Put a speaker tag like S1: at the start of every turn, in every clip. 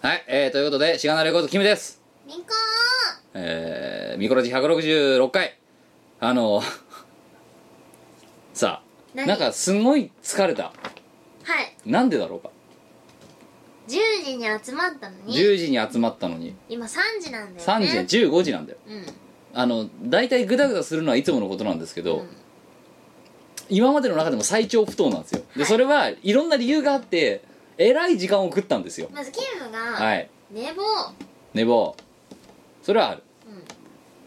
S1: はい、えー、ということで、しがなレコード、キムです。
S2: みこ
S1: えー、ミコラジ166回。あの、 さあ、
S2: 何
S1: なんかすごい疲れた。
S2: はい
S1: なんでだろうか。
S2: 10時に集まったのに
S1: 10時に集まったのに、
S2: 今3時なんだよね
S1: 3時、15時なんだよ。
S2: うん
S1: あの、大体グダグダするのはいつものことなんですけど、今までの中でも最長不当なんですよ。で、
S2: はい
S1: それはいろんな理由があって、えらい時間を食ったんですよ。
S2: まずキム
S1: は
S2: が
S1: い。
S2: 寝坊
S1: 寝坊。それはある。
S2: うん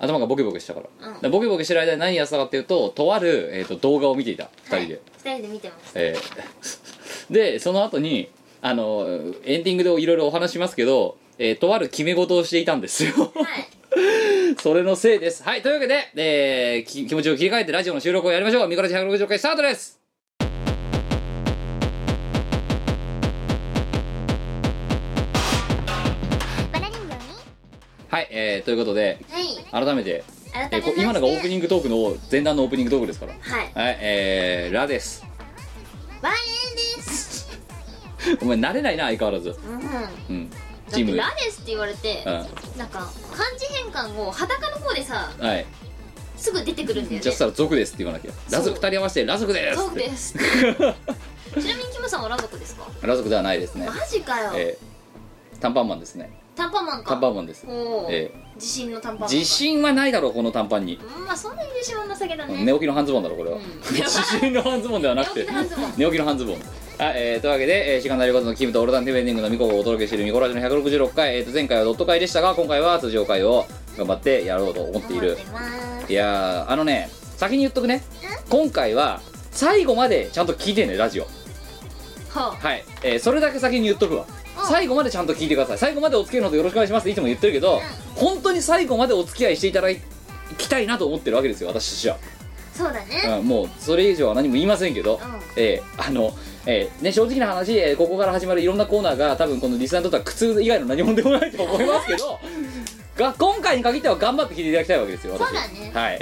S1: 頭がボケボケしたから,、
S2: うん
S1: ボケボケしてる間に何やってたかっていうととある、えー、と動画を見ていた2人で、
S2: はい二人で見てます
S1: えーでその後にあのエンディングでいろいろお話しますけど、えーとある決め事をしていたんですよ
S2: はい
S1: それのせいですはいというわけで、えーき気持ちを切り替えてラジオの収録をやりましょうミコラジ160回スタートです
S2: バラ人形に
S1: はい、えーということで
S2: はい
S1: 改めて、
S2: 改
S1: えー
S2: めまし
S1: こ
S2: て
S1: 今のがオープニングトークの前段のオープニングトークですから
S2: はい
S1: はいえー、ラです
S2: バレです
S1: お前慣れないな相変わらず
S2: うん
S1: うん
S2: だっ
S1: チー
S2: て
S1: ム
S2: ラですって言われてなんか漢字変換を裸の方でさ
S1: うんはい
S2: すぐ出てくるんだよ
S1: じゃあそ
S2: ね
S1: したら「族です」って言わなきゃ「ラ
S2: そ
S1: 族
S2: う
S1: 2人合わせてラ族です」
S2: そう
S1: って
S2: です ちなみにキムさんはラ族ですか
S1: ラ族ではないですね
S2: マジかよ、
S1: えー、短パンマンですね
S2: 短パンマンか
S1: 短パンマンです
S2: おお、
S1: え
S2: 自信の短パンマンか
S1: 自信はないだろうこの短パンに
S2: うんまあそんなに自信はなさげだね
S1: 寝起きの半ズボンだろこれは、
S2: うん
S1: 自信の半ズボンではなくて
S2: 寝起きの半ズボン
S1: 寝起きの半ズボン はい、えー、というわけで、えー、シガナリコズのキムとオルタンティベンディングのミコがお届けしているミコラジの166回、えー、と前回はドット会でしたが今回は通常会を頑張ってやろうと思っている
S2: 思ってます
S1: いやーあのね先に言っとくね今回は最後までちゃんと聞いてねラジオ
S2: は
S1: はい、えーそれだけ先に言っとくわ
S2: うん
S1: 最後までちゃんと聞いてください最後までお付き合いのほどよろしくお願いしますっていつも言ってるけど、本当に最後までお付き合いしていただきたいなと思ってるわけですよ私とし
S2: あそうだ
S1: て
S2: ね
S1: は、うん、もうそれ以上は何も言いませんけど、
S2: うん
S1: えーあの、えーね、正直な話、えーここから始まるいろんなコーナーが多分このリスナーにとっては苦痛以外の何もでもないと思いますけ どが今回に限っては頑張って聞いていただきたいわけですよ私
S2: そうだね
S1: はい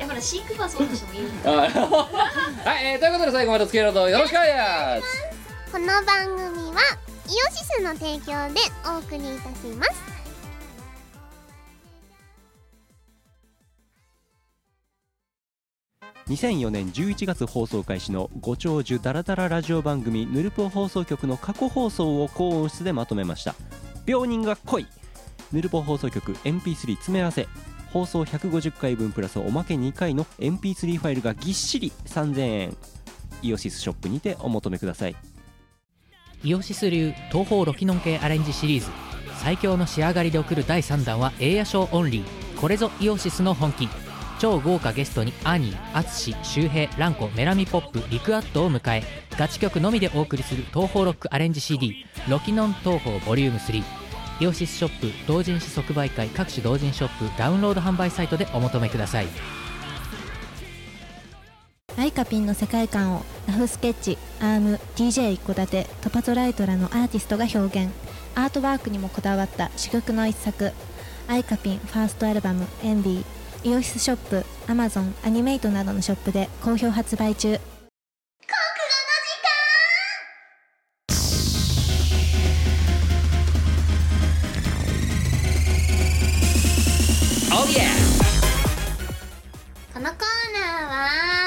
S2: だから飼育バそうとしてもいいんだ
S1: あはい、えーということで最後までお付き合いのほどよろしくお願いします
S3: この番組はイオシスの提供でお送りいたします
S4: 2004年11月放送開始のご長寿ダラダララジオ番組「ヌルポ放送局」の過去放送を高音質でまとめました病人が来いヌルポ放送局 MP3 詰め合わせ放送150回分プラスおまけ2回の MP3 ファイルがぎっしり3000円イオシスショップにてお求めください
S5: イオシス流東方ロキノン系アレンジシリーズ最強の仕上がりで送る第3弾はエイヤショーオンリーこれぞイオシスの本気超豪華ゲストにアニー、アツシ、周平、ランコ、メラミポップ、リクアットを迎えガチ曲のみでお送りする東方ロックアレンジ CD ロキノン東方ボリューム3イオシスショップ同人誌即売会各種同人ショップダウンロード販売サイトでお求めください
S6: ライカピンの世界観をラフスケッチアーム DJ 一戸建てトパトライトらのアーティストが表現アートワークにもこだわった珠玉の一作アイカピンファーストアルバム「エンディ」イオシスショップアマゾンアニメイトなどのショップで好評発売中
S2: このコーナー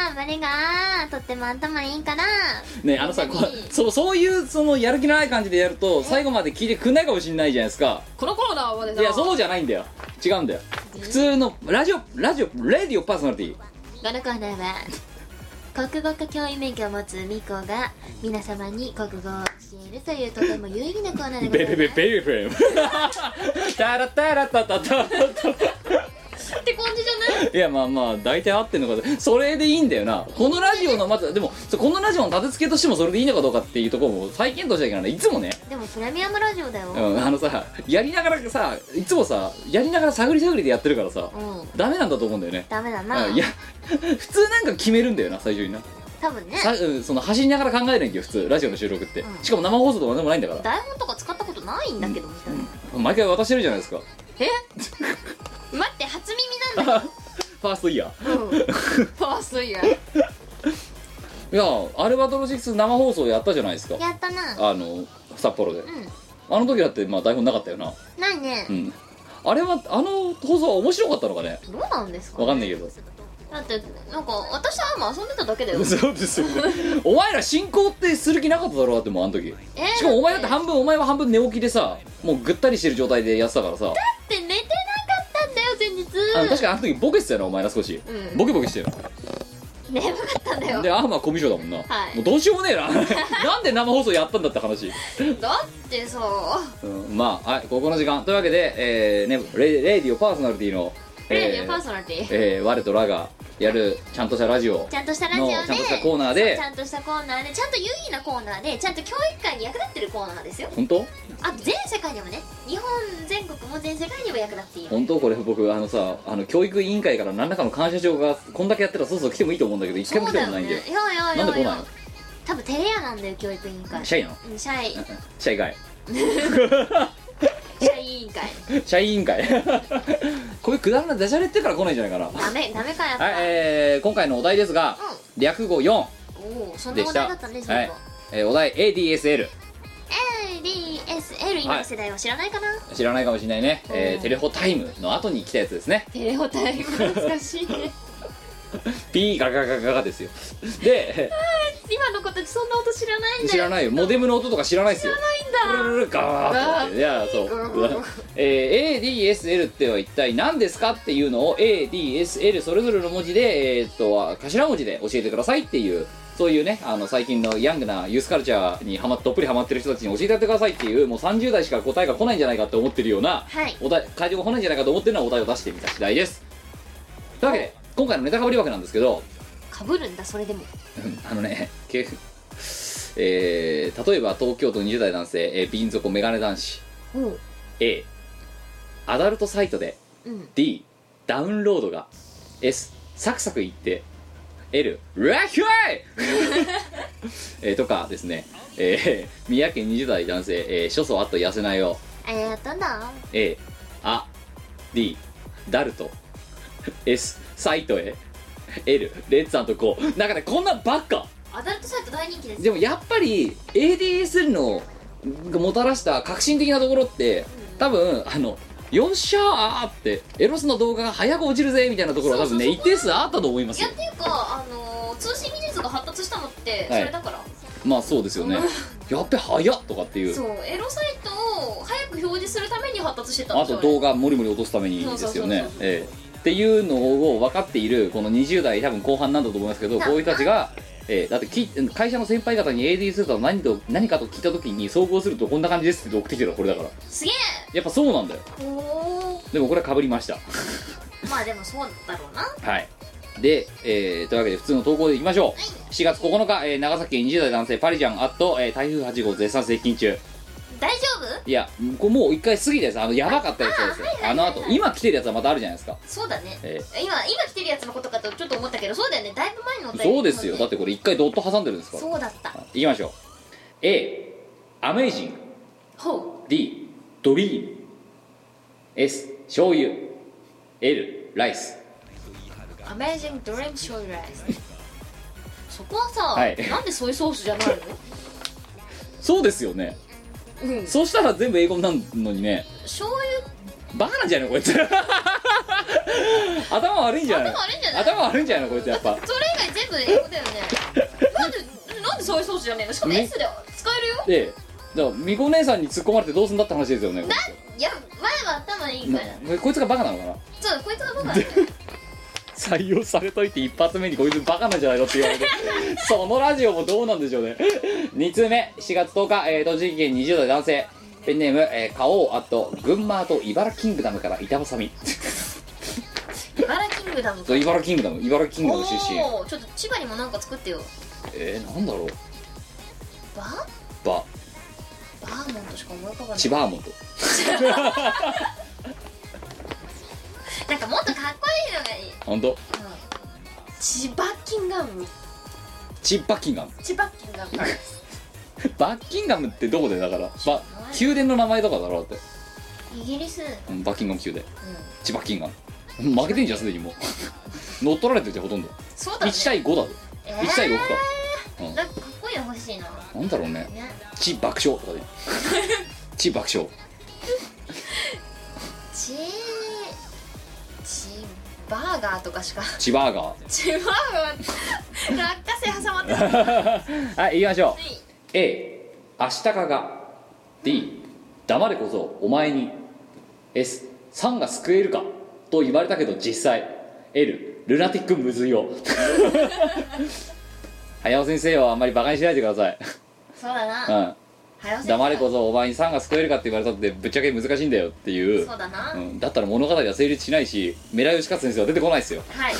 S2: はバレがとっても頭いいから
S1: ねあのさ
S2: 本
S1: こ
S2: 当に
S1: そうそういうそのやる気のない感じでやると最後まで聞いてくんないかもしれないじゃないですか
S2: このコーナーはで
S1: いやそうじゃないんだよ違うんだよ普通のラジオラジオレディオパーソナリティ
S2: このコーナーは国語科教員免許を持つミコが皆様に国語を教えるというとても有意義なコーナーでござ
S1: ベ
S2: いま
S1: ベ
S2: す
S1: ベベベベタラタラタタタ
S2: って感じじゃない
S1: いやまあまあ大体合ってんのかとそれでいいんだよなこのラジオのまずでもそうこのラジオの立て付けとしてもそれでいいのかどうかっていうところも再検討しなきゃいけないいつもね
S2: でもプレミアムラジオだよ、
S1: うん、あのさやりながらさいつもさやりながら探り探りでやってるからさ、
S2: うん
S1: ダメなんだと思うんだよね、
S2: ダメだな、
S1: うんいや 普通なんか決めるんだよな最初にな、
S2: 多分ね
S1: さうんその走りながら考えるんだよ普通ラジオの収録って、
S2: うん
S1: しかも生放送とかでもないんだから
S2: 台本とか使ったことないんだけどみたいな、
S1: 毎回渡してるじゃないですか
S2: 待って初耳なんだ
S1: ファーストイヤ
S2: け ど、うん、ファーストイヤー
S1: ーいやアルバトロシックス生放送やったじゃないですか
S2: やったな
S1: あの札幌で
S2: う
S1: あの時だってまあ台本なかったよな、
S2: んないね
S1: うん、あれはあの放送は面白かったのかね
S2: どうなんですか
S1: わかんないけど
S2: だってなんか私はもう遊んでただけだよ
S1: そうですよねお前ら進行ってする気なかっただろうだってもうあの時
S2: えー
S1: しかもお前だって半分お前は半分寝起きでさもうぐったりしてる状態でやってたからさ
S2: って寝てなかったんだよ前日
S1: あの確かにあの時ボケてたよなお前ら少し
S2: うん
S1: ボケボケしてる
S2: 眠かったんだよ
S1: でアーマーコミュ障だもんな、
S2: はい
S1: もうどうしようもねえな なんで生放送やったんだって話、
S2: だってさ
S1: うん、まあはいここの時間というわけで、えーね、レレイディオパーソナリティの
S2: プレイデ
S1: え
S2: ィー
S1: ー
S2: パーソナリティ
S1: えー我とラがやるちゃんとしたラジオ
S2: ちゃんとしたラジオ
S1: の
S2: で
S1: ちゃんとしたコーナーで
S2: ちゃんとしたコーナーでちゃんと有意義なコーナーでちゃんと教育界に役立ってるコーナーですよ
S1: 本当
S2: あと全世界にもね日本全国も全世界にも役立っている
S1: 本当これ僕あのさあの教育委員会から何らかの感謝状がこんだけやったらそうそう来てもいいと思うんだけど一回も来てもないんだよ
S2: いやいやい
S1: なんで
S2: やい
S1: 来ない
S2: や多分テレ屋なんだよ教育委員会
S1: の社員なの
S2: うん社員
S1: 社員会
S2: 社員委員会
S1: 社員委員会 こういうくだらないダジャレってから来ないんじゃないかな
S2: ダメダメかやっぱ、
S1: はい、えー、今回のお題ですが、略語4、
S2: おおそんな問題だったんですね
S1: はいえーお題 ADSL
S2: ADSL 今の世代は知らないかな、
S1: 知らないかもしれないね、え
S2: うん
S1: ー、テレホタイムの後に来たやつですね
S2: テレホタイム懐かしいね
S1: ピーガガガガガですよで
S2: 今の子たちそんな音知らないんだよ
S1: 知らないよモデムの音とか知らないですよ
S2: 知らないんだ
S1: ルルルガーッといやそう
S2: ガーッ
S1: えー ADSL っては一体何ですかっていうのを ADSL それぞれの文字で、えーっと頭文字で教えてくださいっていうそういうねあの最近のヤングなユースカルチャーにはまどっぷりハマってる人たちに教えてやってくださいっていうもう30代しか答えが来ないんじゃないかって思ってるような
S2: は い
S1: お題会場が来ないんじゃないかと思ってるのはお題を出してみた次第ですというわけで今回のネタかぶり枠なんですけど
S2: かぶるんだそれでも
S1: うんあのね、けえー例えば東京都20代男性、えー、ビン底メガネ男子
S2: おう
S1: A アダルトサイトで
S2: うん、
S1: D ダウンロードが S サクサクいって L ラッキー えーとかですね、えー宮城県20代男性、えー、所相あっと痩せないを
S2: あれやったんだ
S1: A あ D ダルト S サイトへ L レッツンとこうなんかねこんなんばっか
S2: アダルトサイト大人気です
S1: でもやっぱり ADSL のがもたらした革新的なところって多分あのよっしゃーってエロスの動画が早く落ちるぜみたいなところは多分ね
S2: そう
S1: 一
S2: そうそう
S1: 定数あったと思いま
S2: い
S1: す
S2: や
S1: よ
S2: っていうかあのー通信技術が発達したのってそれだから、
S1: まあそうですよねやっべ早っとかっていう
S2: そうエロサイトを早く表示するために発達してたん
S1: あ
S2: ですよ
S1: と動画もりもり落とすためにですよね
S2: そうそうそうそう
S1: ええっていうのを分かっているこの20代多分後半なんだと思いますけどこういう人たちが、ええだってき会社の先輩方に ADSL とは何と何かと聞いた時に総合するとこんな感じですって送ってきてるのこれだから
S2: すげえ
S1: やっぱそうなんだよ
S2: おお
S1: でもこれはかぶりました
S2: まあでもそうだろうな
S1: はい。で、えーというわけで普通の投稿でいきましょう。7月9日、えー長崎県20代男性パリジャンアット、えー台風8号絶賛接近中。
S2: 大丈夫
S1: いや、これもう一回過ぎたやつ、あの、やばかったやつですよ。あの後、今来てるやつはまたあるじゃないですか。
S2: そうだね
S1: え
S2: 今今来てるやつのことかとちょっと思ったけどそうだよねだいぶ前の
S1: ー
S2: お便り
S1: そうですよ。だって
S2: て
S1: これ一回ドット挟んでるんですから。
S2: そうだった
S1: はい行きましょう。A、アメイジング。
S2: ほ
S1: D、ドリーム。S、醤油。L、ライス。
S2: う Amazing Dream Show Rice そこはさ、
S1: はい
S2: なんでソイソースじゃない
S1: そうですよね。
S2: のうん
S1: そうしたら全部英語になるのにね、
S2: 醤
S1: バカなんじゃないのこいつ 頭悪いんじゃないの
S2: 頭悪いんじゃない
S1: 頭悪いんじゃないのこいつやっぱ
S2: 油それ以外全部英語だよねなんでなんでソイソースじゃねえのしかも
S1: ね
S2: S で使える
S1: で
S2: よ
S1: だからみこ姉さんに突っ込まれてどうすんだって話ですよねこい
S2: いや前は頭いい
S1: つ
S2: から
S1: なこいつがバカなのかな
S2: そうこいつが僕 はね
S1: 採用されといて一発目にこいつバカなんじゃないのって言わ れてそのラジオもどうなんでしょうね2通目4月10日、えー、栃木県20代男性ペンネーム、えー、花王あと群馬と茨城キングダムから板挟み
S2: 茨城キングダム
S1: そう茨城キングダム茨城キングダム出身
S2: おーちょっと千葉にもなんか作ってよ
S1: えー、なんだろう
S2: バ
S1: バ
S2: バーモントしか思い浮かばない
S1: 千葉ーモンと
S2: なんかもっとかっこいいのがいい、
S1: 本当
S2: うん、千葉キンガム
S1: 千葉キンガム
S2: 千葉キンガム
S1: バッキンガムってどこでだからば
S2: ない
S1: 宮殿の名前とかだろだって
S2: イギリス、うん、
S1: うんバッキンガム宮殿千葉キンガム負けてんじゃんすでにも う乗っ取られてるじゃんほとんど
S2: そうだね
S1: 1対5だぞ
S2: え
S1: 1対6か
S2: ー、なんかかっこいいうの欲しいの
S1: なんだろうね
S2: ね
S1: 「地爆笑」とかで 「地爆笑
S2: チーチーバーガーとかしか」
S1: 「地バーガ
S2: チーバーガー落花生挟まってたは
S1: ー」はい行きましょう
S2: い
S1: A 明日かが D 黙れこそお前に S さんが救えるかと言われたけど実際 L ルナティックむずい よ早尾先生はあんまりバカにしないでください、
S2: そうだな、
S1: う
S2: 早押
S1: ん、
S2: せ
S1: 黙れこそお前にさんが救えるかって言われたってぶっちゃけ難しいんだよっていう
S2: そうだな、
S1: うん、だったら物語は成立しないしメラヨシカツ先生は出てこないですよ
S2: はい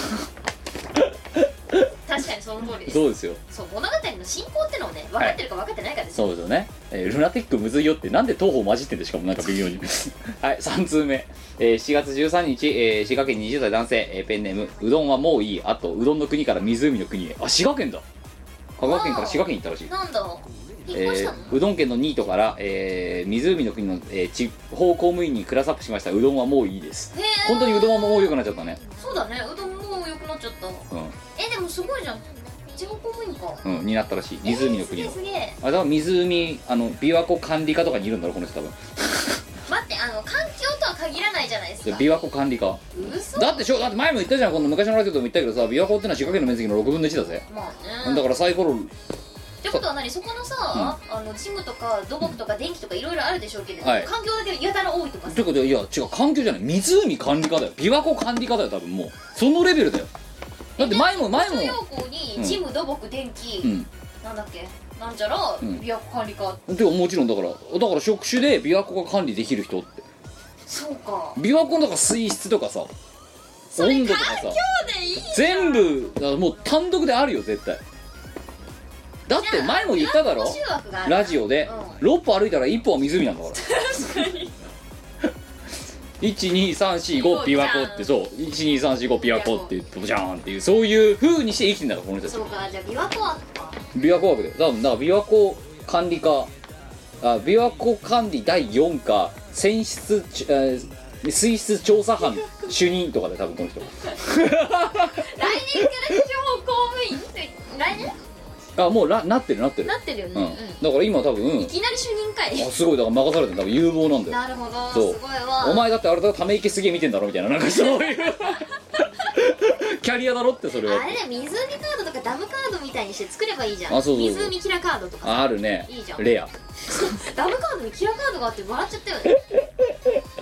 S2: 確かにその通りです
S1: そうですよ
S2: そう物語の進行ってのをね分かってるか分かってないかです、
S1: そうですよね、えールナティックむずいよってなんで東方混じってんでしかもなんか微妙 にはい3通目、えー7月13日、えー滋賀県20代男性、えーペンネームうどんはもういいあとうどんの国から湖の国へあ滋賀県だ香川県から滋賀県行ったらしい、
S2: なんだ引っ越し
S1: え
S2: たの、
S1: ーうどん県のニートから、えー湖の国の、えー地方公務員にクラスアップしましたうどんはもういいです
S2: へえ
S1: 本当にうどんはもう良くなっちゃったね
S2: そうだねうどんもう良くなっちゃった
S1: う
S2: えでもすごいじゃん地獄公務員か
S1: ん、うん、になったらしい湖の国
S2: え
S1: の
S2: ーすげえすげえ
S1: あだから湖あの琵琶湖管理課とかにいるんだろうこの人多分
S2: 待ってあの環境とは限らないじゃないです
S1: で
S2: か
S1: 琵琶湖管理課
S2: 嘘
S1: だってしょだって前も言ったじゃんこの昔のラジオでも言ったけどさ琵琶湖ってのは滋賀県の面積の6分の1だぜ、
S2: まあね
S1: だからサイコロ
S2: ってことは何そこのさ、あのジムとか土木とか電気とかいろいろあるでしょうけれども、
S1: はい
S2: 環境だけやたら多いとか
S1: ということでいや違う環境じゃない湖管理課だよ琵琶湖管理課だよ多分もうそのレベルだよだって前も前も
S2: 必要項にジム、土木電気、
S1: うん
S2: なんだっけなんじゃら、
S1: ん
S2: 琵琶湖管理課
S1: でももちろんだからだから職種で琵琶湖が管理できる人って
S2: そうか
S1: 琵琶湖のだから水質とかさ
S2: それ
S1: 温度とかさ
S2: 今日でいい
S1: 全部だからもう単独であるよ絶対だって前も言っただろ
S2: 集枠がある
S1: ラジオで、
S2: う
S1: 六6歩歩いたら1歩は湖なんだから12345琵琶湖ってそう12345琵琶湖って言ってじゃーんっていうそういう風にして生きてんだからこの人たち
S2: そうかじゃあ琵琶湖枠か
S1: 琵琶湖枠で多分だから琵琶湖管理課あ琵琶湖管理第4課選出ちえー水質調査 班主任とかで多分この人
S2: 来年から地方公務員って来年
S1: あもうらなってるなってる
S2: なってるよね、
S1: う
S2: うん
S1: ん、だから今多分
S2: いきなり主任会
S1: あすごいだから任されてる多分有望なんだよ
S2: なるほどす
S1: そう
S2: ごいわ
S1: お前だってあれだろため息すげえ見てんだろみたいななんかそう いうキャリアだろってそれは
S2: あれだよ湖カードとかダムカードみたいにして作ればいいじゃん
S1: あそうそうそう
S2: 湖キラカードとか
S1: ああるね
S2: いいじゃん
S1: レア
S2: ダムカードにキラカードがあって笑っちゃったよね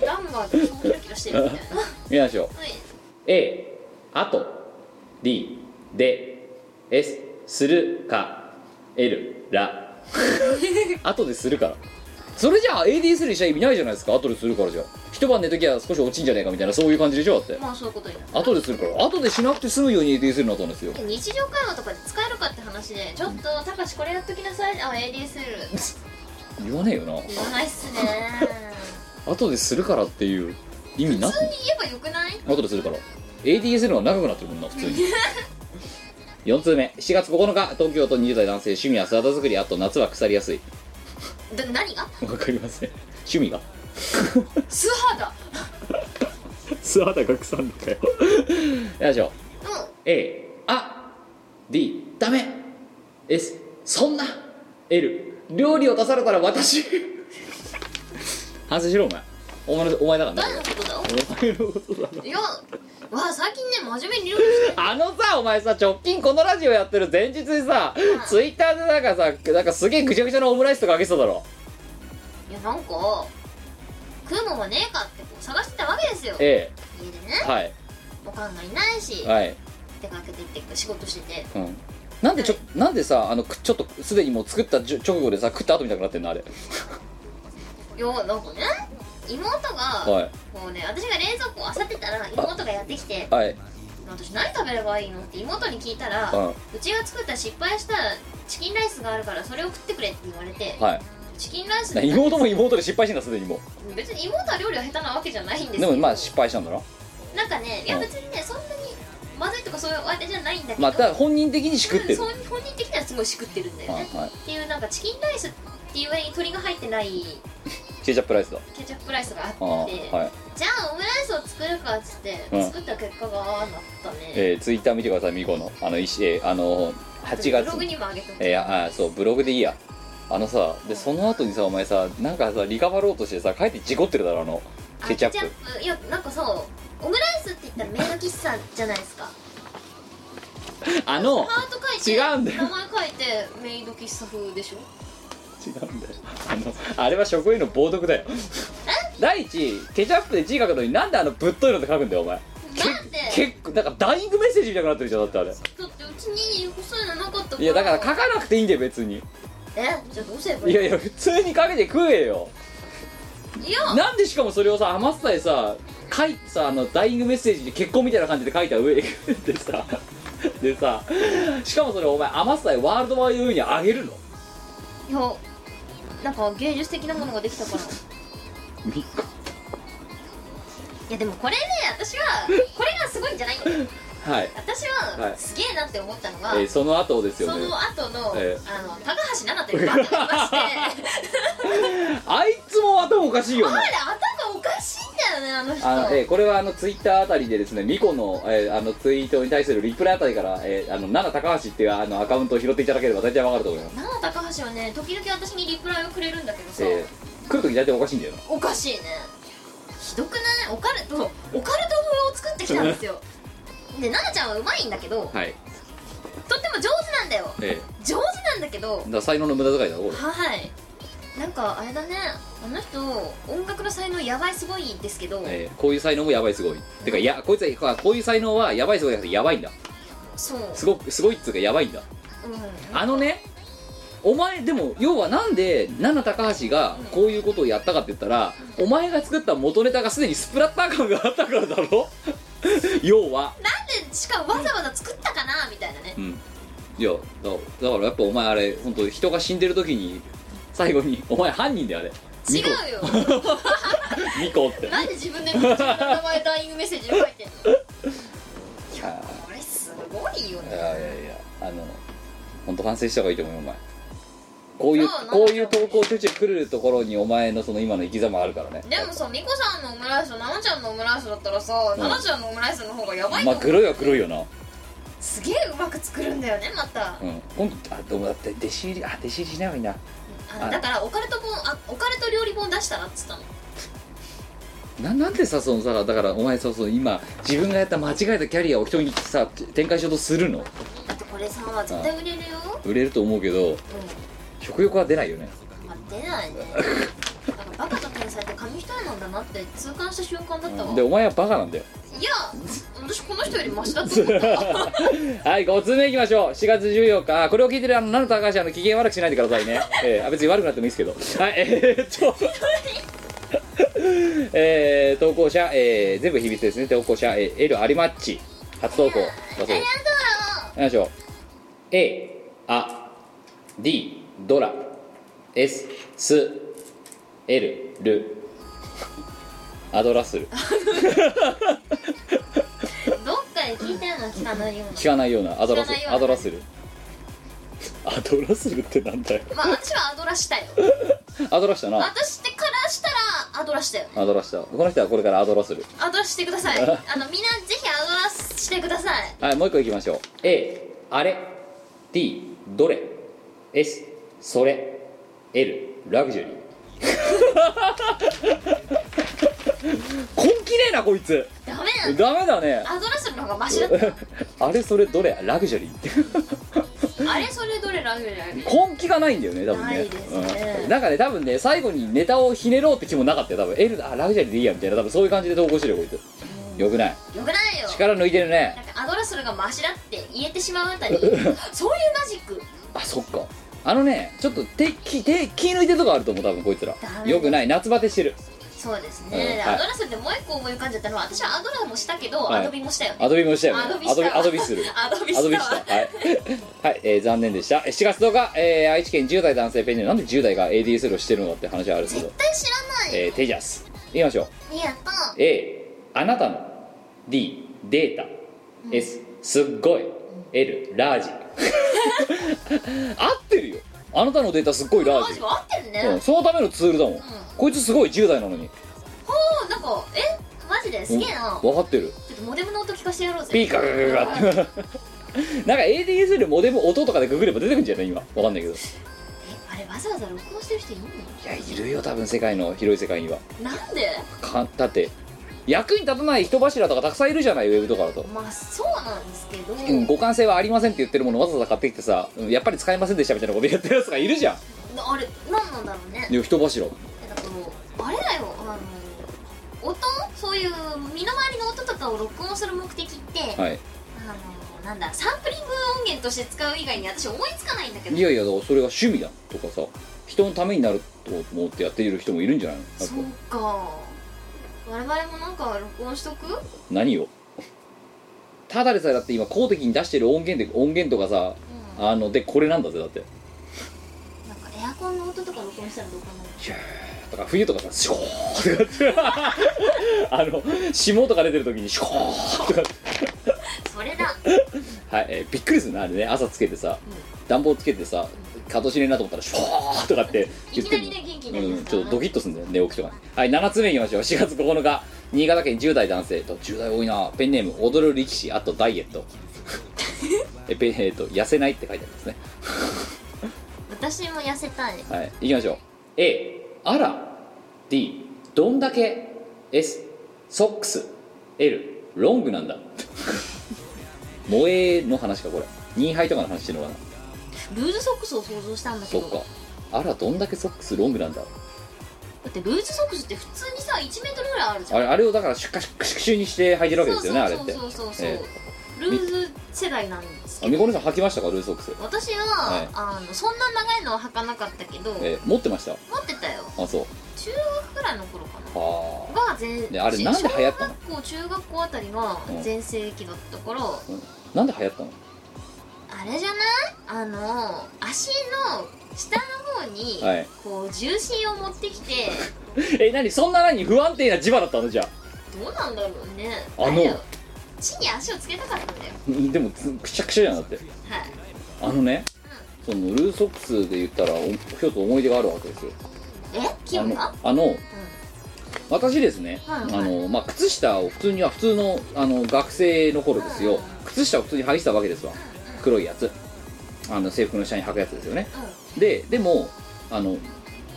S2: ダムがキラキラしてるみたい なは
S1: 見ましょう
S2: い
S1: A あと D で S するか L ら あとでするからそれじゃあ ADS にしちゃ意味ないじゃないですかあとでするからじゃ一晩寝ときゃ少し落ちんじゃねえかみたいなそういう感じでしょだって
S2: まあそういうことになる
S1: あとでするからあとでしなくて済むように ADS になったんですよ
S2: 日常会話とかで使えるかって話でちょっとたかしこれやっときなさいあ ADSL
S1: 言わねえよな
S2: 言わないっすね
S1: あとでするからっていう意味になって
S2: 普通に言えばよくない
S1: 後でするから ADSL の方が長くなってるもんな普通に4通目7月9日東京都20代男性趣味は姿作りあと夏は腐りやすい
S2: だ何が
S1: わかりません趣味が
S2: 素肌
S1: 素肌が腐るのかよ よいしょ
S2: うん
S1: A あ D ダメ S そんな L 料理を出されたら私反省しろお前お前のお前だからな
S2: 誰のことだ
S1: お前のことだない
S2: やわあ最近ね真面目に料理してる
S1: あのさお前さ直近このラジオやってる前日にさツイッターでなんかさなんかすげえぐちゃぐちゃのオムライスとかあげてただろ
S2: いやなんか食うもんはねえかってこう探してたわけですよ家
S1: え
S2: で
S1: え
S2: ね
S1: はい
S2: おかんがいないし
S1: はい、
S2: 出かけてって仕事してて
S1: うん、なんでちょなんでさあのくちょっとすでにもう作ったじゅ直後でさ食った後みたくなってんのあれ
S2: いやなんかね妹が
S1: は
S2: こうね私が冷蔵庫を漁ってたら妹がやってきて
S1: いはい
S2: 私何食べればいいのって妹に聞いたら
S1: うん
S2: うちが作った失敗したチキンライスがあるからそれを食ってくれって言われて
S1: はい
S2: チキンライス
S1: な妹も妹で失敗してんだすでにも
S2: 別に妹は料理は下手なわけじゃないんです
S1: う
S2: け
S1: で
S2: ど
S1: もまあ失敗したんだろ
S2: なんかねいや別にねそんなにまずいとかそういうあれじゃないんだけど、
S1: まあただ本人的にしくってる
S2: そう本人的にはすごいしくってるんだよ
S1: は
S2: ね
S1: いはい
S2: っていうなんかチキンライスっていう上に鶏が入ってない
S1: ケチャップライスだ
S2: ケチャップライスがあって
S1: あーはい、
S2: じゃあオムライスを作るかっつって、
S1: うん
S2: 作った結果がああなったね、
S1: えー、ツイッター見てくださいミコのあの石、えーあの8
S2: ブロ
S1: 月
S2: グにもあげてもらった
S1: えー、あそうブログでいいやあのさでその後にさお前さなんかさリカバろうとしてさ帰って事故ってるだろあの
S2: あ
S1: ケチャップ
S2: いやなんかそうオムライスって言ったらメイド喫茶じゃないですか
S1: あの
S2: ハート書いて
S1: 違うんだよ
S2: 名前書いてメイド喫茶風でしょ
S1: 違うんだよあのあれは食への冒涜だよ第一ケチャップで字書くのになんであのぶっといのって書くんだよお前
S2: なんで
S1: 結構なんかダイイングメッセージみたいになってるじゃんだってあれ
S2: だってうちにそういうのなかったから
S1: いやだから書かなくていいんだよ別に
S2: えじゃあどうすればい
S1: い
S2: いの
S1: やいや普通にかけて食えよ
S2: いや
S1: なんでしかもそれをさ余ったでさ書いさあのダイイングメッセージに結婚みたいな感じで書いた上でさでさしかもそれお前余ったでワールドワイド上にあげるの
S2: いやなんか芸術的なものができ たからい
S1: み
S2: やでもこれね私 はこれがすごいんじゃないんだよ
S1: はい、
S2: 私
S1: は
S2: はいすげえなって思ったの
S1: え
S2: が、
S1: ーその後ですよ
S2: そ
S1: ね
S2: の後の,、
S1: ええ
S2: あの高橋奈々というバカがいまして
S1: あいつも頭おかしいよね
S2: あれ頭おかしいんだよねあの人
S1: あのえーこれはあのツイッターあたりでですねミコの,、えーあのツイートに対するリプライあたりから、えーあの奈良高橋っていうあのアカウントを拾っていただければ大体わかると思います、
S2: なあ高橋はね時々私にリプライをくれるんだけどさ、
S1: えー、来るとき大体おかしいんだよな
S2: おかしいねひどくないオカルトオカルト風を作ってきたん ですよで奈々ちゃんはうまいんだけど、
S1: はい、
S2: とっても上手なんだよ
S1: え
S2: 上手なんだけど
S1: ー、だから才能の無駄遣いだろこれ
S2: はいなんかあれだねあの人音楽の才能やばいすごいですけど、
S1: えーこういう才能もやばいすごいてかいやこいつはこういう才能はやばいすごいじゃなくてやばいんだ
S2: そう
S1: すごくすごいっつうかやばいんだ
S2: うん
S1: あのねお前でも要はなんで奈々高橋がこういうことをやったかって言ったらお前が作った元ネタがすでにスプラッター感があったからだろ 要は
S2: なんでしかもわざわざ作ったかなみたいなね
S1: うんいやだだからやっぱお前あれ本当人が死んでる時に最後に「お前犯人だよあれ」
S2: 違
S1: ミコ
S2: うよ
S1: ミコって
S2: なんで自分で自分の名前ダイイングメッセージで書いてんの
S1: いや
S2: これすごい
S1: い
S2: よね
S1: やいやいやあの本当反省した方がいいと思うよお前こういう
S2: そうなんだ
S1: こういう投稿ちょいちょい来るところにお前のその今の生き様あるからね
S2: でもさミコさんのオムライスとナナちゃんのオムライスだったらさ
S1: ん
S2: ナナ、ちゃんのオムライスの方がやばいと
S1: まあ
S2: 思う、
S1: 黒いは黒いよな
S2: すげえうまく作るんだよねまた
S1: うん今度あでもだって弟子入りあ弟子入りしない方がいいな
S2: あ
S1: あ
S2: だからオカルト本あオカルト料理本出したらっつったの
S1: ななんでさそのさだからお前そうそう今自分がやった間違えたキャリアを人にさ展開しようとするの
S2: だってこれさ絶対売れるよ
S1: 売れると思うけど
S2: う
S1: 食欲は出ないよね
S2: んまあ出ないねなんかバカと天才って紙一重なんだなって痛感した瞬間だったわ、
S1: で
S2: い
S1: お前はバカなんだよ
S2: や私この人よりマシだ と思った
S1: はい5つ目いきましょう4月14日あこれを聞いてるあの何の高橋あの機嫌悪くしないでくださいね、えーあ別に悪くなってもいいですけどはいえー、っと えー、投稿者、えー、全部秘密ですね投稿者、えー、L アリマッチ初投稿だそうですいきましょう A あ D ドラ S ス L ルアドラスル
S2: どっかで聞いたような聞かないよう
S1: 聞かないようなアドラス
S2: 聞かないような
S1: アドラスルアドラスルってなんだよ
S2: なまあ私はアドラしたよ
S1: アドラしたな
S2: 私ってからしたらアドラしたよ
S1: アドラしたこの人はこれからアドラスル
S2: アドラしてくださいあのみんなぜひアドラしてください
S1: はいもう一個いきましょう A あれ D どれ S それ L ラグジュアリー根気ねえなこいつ
S2: ダメなんだ
S1: ダメだね
S2: アドラするのがマシだった
S1: あれそれどれラグジュアリーって
S2: あれそれどれラグジュアリー
S1: 根気がないんだよね多分ね
S2: ないですね
S1: うん、なんかね多分ね最後にネタをひねろうって気もなかったよ多分 L あラグジュアリーでいいやみたいな多分そういう感じで投稿してるよこいつよくない
S2: よくないよ
S1: 力抜いてるね
S2: なんかアドラするがマシだって言えてしまうあた りそういうマジック
S1: あそっかあのねちょっと手気手気抜いてるとこあると思う多分こいつら
S2: ダメ
S1: よくない夏バテしてる
S2: そうですね、
S1: うん
S2: で
S1: はい
S2: アドラスってもう一個思い浮かんじゃったのは私はアドラもしたけど、
S1: はい
S2: アドビもしたよね
S1: アドビもしたよね
S2: アドビ
S1: ア
S2: し
S1: ド
S2: た
S1: ビ
S2: わ
S1: アドビする
S2: アドビ
S1: ア
S2: し
S1: ドビ
S2: た
S1: した
S2: わ
S1: はいはい、えー残念でしたえ7月10日、えー愛知県10代男性ペンネームなんで10代が ADSL をしてるのかって話はあるんですけ
S2: 絶
S1: ど、
S2: 対知らない
S1: えーテジャスいきましょう
S2: ありがと
S1: A あなたの D データ S すっごい L ラー ジ合ってるよあなたのデータすっごいうラ
S2: マ
S1: ー
S2: ジ
S1: ジ
S2: 合ってるね、
S1: うん、そのためのツールだもん、こいつすごい10代なのに
S2: おなんかえマジですげえなちょ
S1: 分かってる
S2: っとモデムの音聞かせてやろうぜ
S1: ピーカーガガガガってなんか ADSL モデム音とかでググれば出てくるんじゃない今わかんないけどい
S2: あれわざわざ録音してる人いる
S1: やいるよ多分世界の広い世界には
S2: のなんで
S1: かだって役に立たない人柱とかたくさんいるじゃないウェブとかだと、
S2: まあそうなんですけど、
S1: うん、互換性はありませんって言ってるものわざわざ買ってきてさうんやっぱり使えませんでしたみたいなことやってるやつがいるじゃん
S2: あれなんなんだろうね
S1: いや人柱
S2: だからもうあれだよあの音そういう身の回りの音とかを録音する目的って、
S1: はい
S2: あのなんだサンプリング音源として使う以外に私思いつかないんだけど
S1: いやいやだからそれが趣味だとかさ人のためになると思ってやっている人もいるんじゃないのやっ
S2: そう
S1: ぱ
S2: か我々もなんか録音しとく
S1: 何をただでさえだって今公的に出してる音源で音源とかさ
S2: うん
S1: あのでこれなんだぜだって
S2: なんかエアコンの音とか録音したらどうかな
S1: とか冬とかさシュコーとかってあの霜とか出てる時にシュコーとかって
S2: それだ
S1: はい、えーびっくりするなあれね朝つけてさ、暖房つけてさかとしねえなと思ったらシュコーとかって
S2: い
S1: 言っ
S2: き
S1: て
S2: な
S1: る
S2: りね元気になり
S1: う
S2: ま
S1: ん、
S2: す
S1: ち
S2: か
S1: ょっ
S2: ら
S1: と
S2: ね
S1: ドキッとするんだよ寝起きとかねはい7つ目いきましょう4月9日新潟県10代男性と10代多いなペンネーム踊る力士あとダイエッ トえペンえーと痩せないって書いてありますね
S2: 私も痩せたい
S1: はい行きましょう A あら D どんだけ S ソックス L ロングなんだ 萌えの話かこれ2杯とかの話してるのかな
S2: ルーズソックスを想像したんだけ
S1: そ
S2: ど
S1: っかあらどんだけソックスロングなんだ
S2: だってルーズソックスって普通にさ1メートルぐらいあるじゃん
S1: あれあれをだからシュッカシュッカシュッシュにして履いてるわけですよねあれって
S2: そうそうそうそう、
S1: え
S2: ルーズ世代なんです
S1: あ
S2: け
S1: み
S2: ど
S1: こねさん履きましたかルーズソックス、
S2: 私は、
S1: はい
S2: あのそんな長いのは履かなかったけど、
S1: えー持ってました
S2: 持ってたよ
S1: あそう
S2: 中学ぐらいの頃かな
S1: あ
S2: が全
S1: であれなんで流行ったの
S2: 小学校中学校あたりが
S1: うん
S2: 全盛期だったから、
S1: ーなんで流行ったの
S2: あれじゃないあの足の下の方に、
S1: はい
S2: こう重心を持ってきて
S1: え何そんな何不安定な磁場だったのじゃ
S2: どうなんだろうね
S1: あの
S2: れだよ地に足をつけたかったんだよ
S1: あんでもつくしゃくしゃじゃんだって
S2: はい
S1: あのねそのルーズソックスで言ったらお一つ思い出があるわけですよ
S2: えキ
S1: あ
S2: ム
S1: の
S2: が
S1: あの私ですね、
S2: はいはい
S1: あのまあ、靴下を普通には普通のあの学生の頃ですよ靴下を普通に履いてたわけですわ黒いやつあの制服の下に履くやつですよねででもあの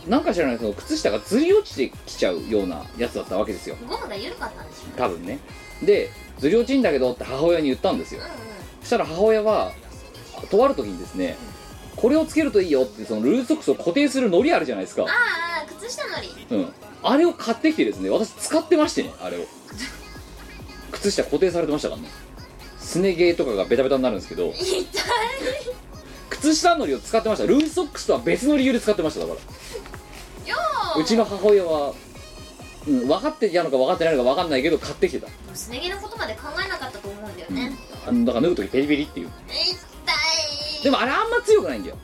S1: なんか知らないけど靴下がずり落ちてきちゃうようなやつだったわけですよ
S2: うんゴムが緩かったんでしょ
S1: 多分ねでずり落ちんだけどって母親に言ったんですよ
S2: うんうん
S1: そしたら母親はとある時にですねこれをつけるといいよってそのルーズソックスを固定するのりあるじゃないですか
S2: あーあー靴下のり
S1: うん、あれを買ってきてですね私使ってましてねあれを靴下固定されてましたからねすね毛とかがベタベタになるんですけど
S2: 痛い
S1: 靴下のりを使ってましたルーズソックスとは別の理由で使ってましただから
S2: よ
S1: うちの母親は、うん、分かってやるのか分かってないのか分かんないけど買ってきてた、
S2: ーすね毛のことまで考えなかったと思うんだよね、
S1: あのだから脱ぐ時ペリペリっていう
S2: 痛い
S1: でもあれあんま強くないんだよ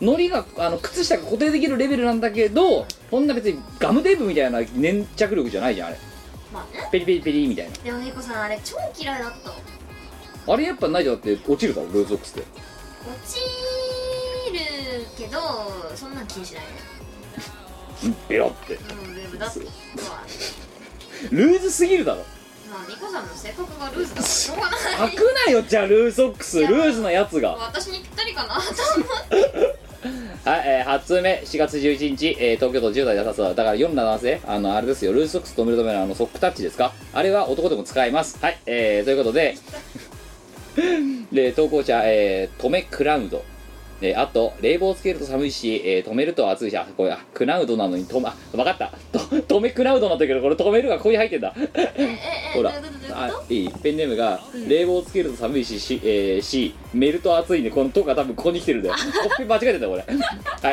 S1: のりがあの靴下が固定できるレベルなんだけどそんな別にガムテープみたいな粘着力じゃないじゃんあれ
S2: まあね
S1: ペリペリペリみたいな
S2: でもひこさんあれ超嫌いだった落
S1: あれやっぱないじゃんだって落ちるだろルーズソックスって
S2: ちるけどそんなん気にしないね
S1: ベロって
S2: うんでもだってまあ
S1: ルーズすぎるだろ
S2: まあミコさんの性格がルーズだからしょうがな
S1: 履
S2: い
S1: くなよじゃあルーズソックス
S2: い
S1: ル
S2: や
S1: ーズなやつが
S2: 私にぴったりかなと思って
S1: はい、えー、初目4月11日、えー東京都10代ださだから4の男性あのあれですよルーズソックスとめるためのあのソックタッチですかあれは男でも使えますはい、えー、ということで で投稿者、えー、トメクラウドえーあと冷房つけると寒いし、えー止めると暑いしあこれあクラウドなのに止ま分かったと止めクラウドなんだけどこれ止めるがここに入ってんだ
S2: えええ
S1: ほら
S2: どういうことどういうこと
S1: あいいペンネームが冷房つけると寒いしし、えーしメルト暑いんでこの「と」が多分ここに来てるんだよコッペ間違えてたこれは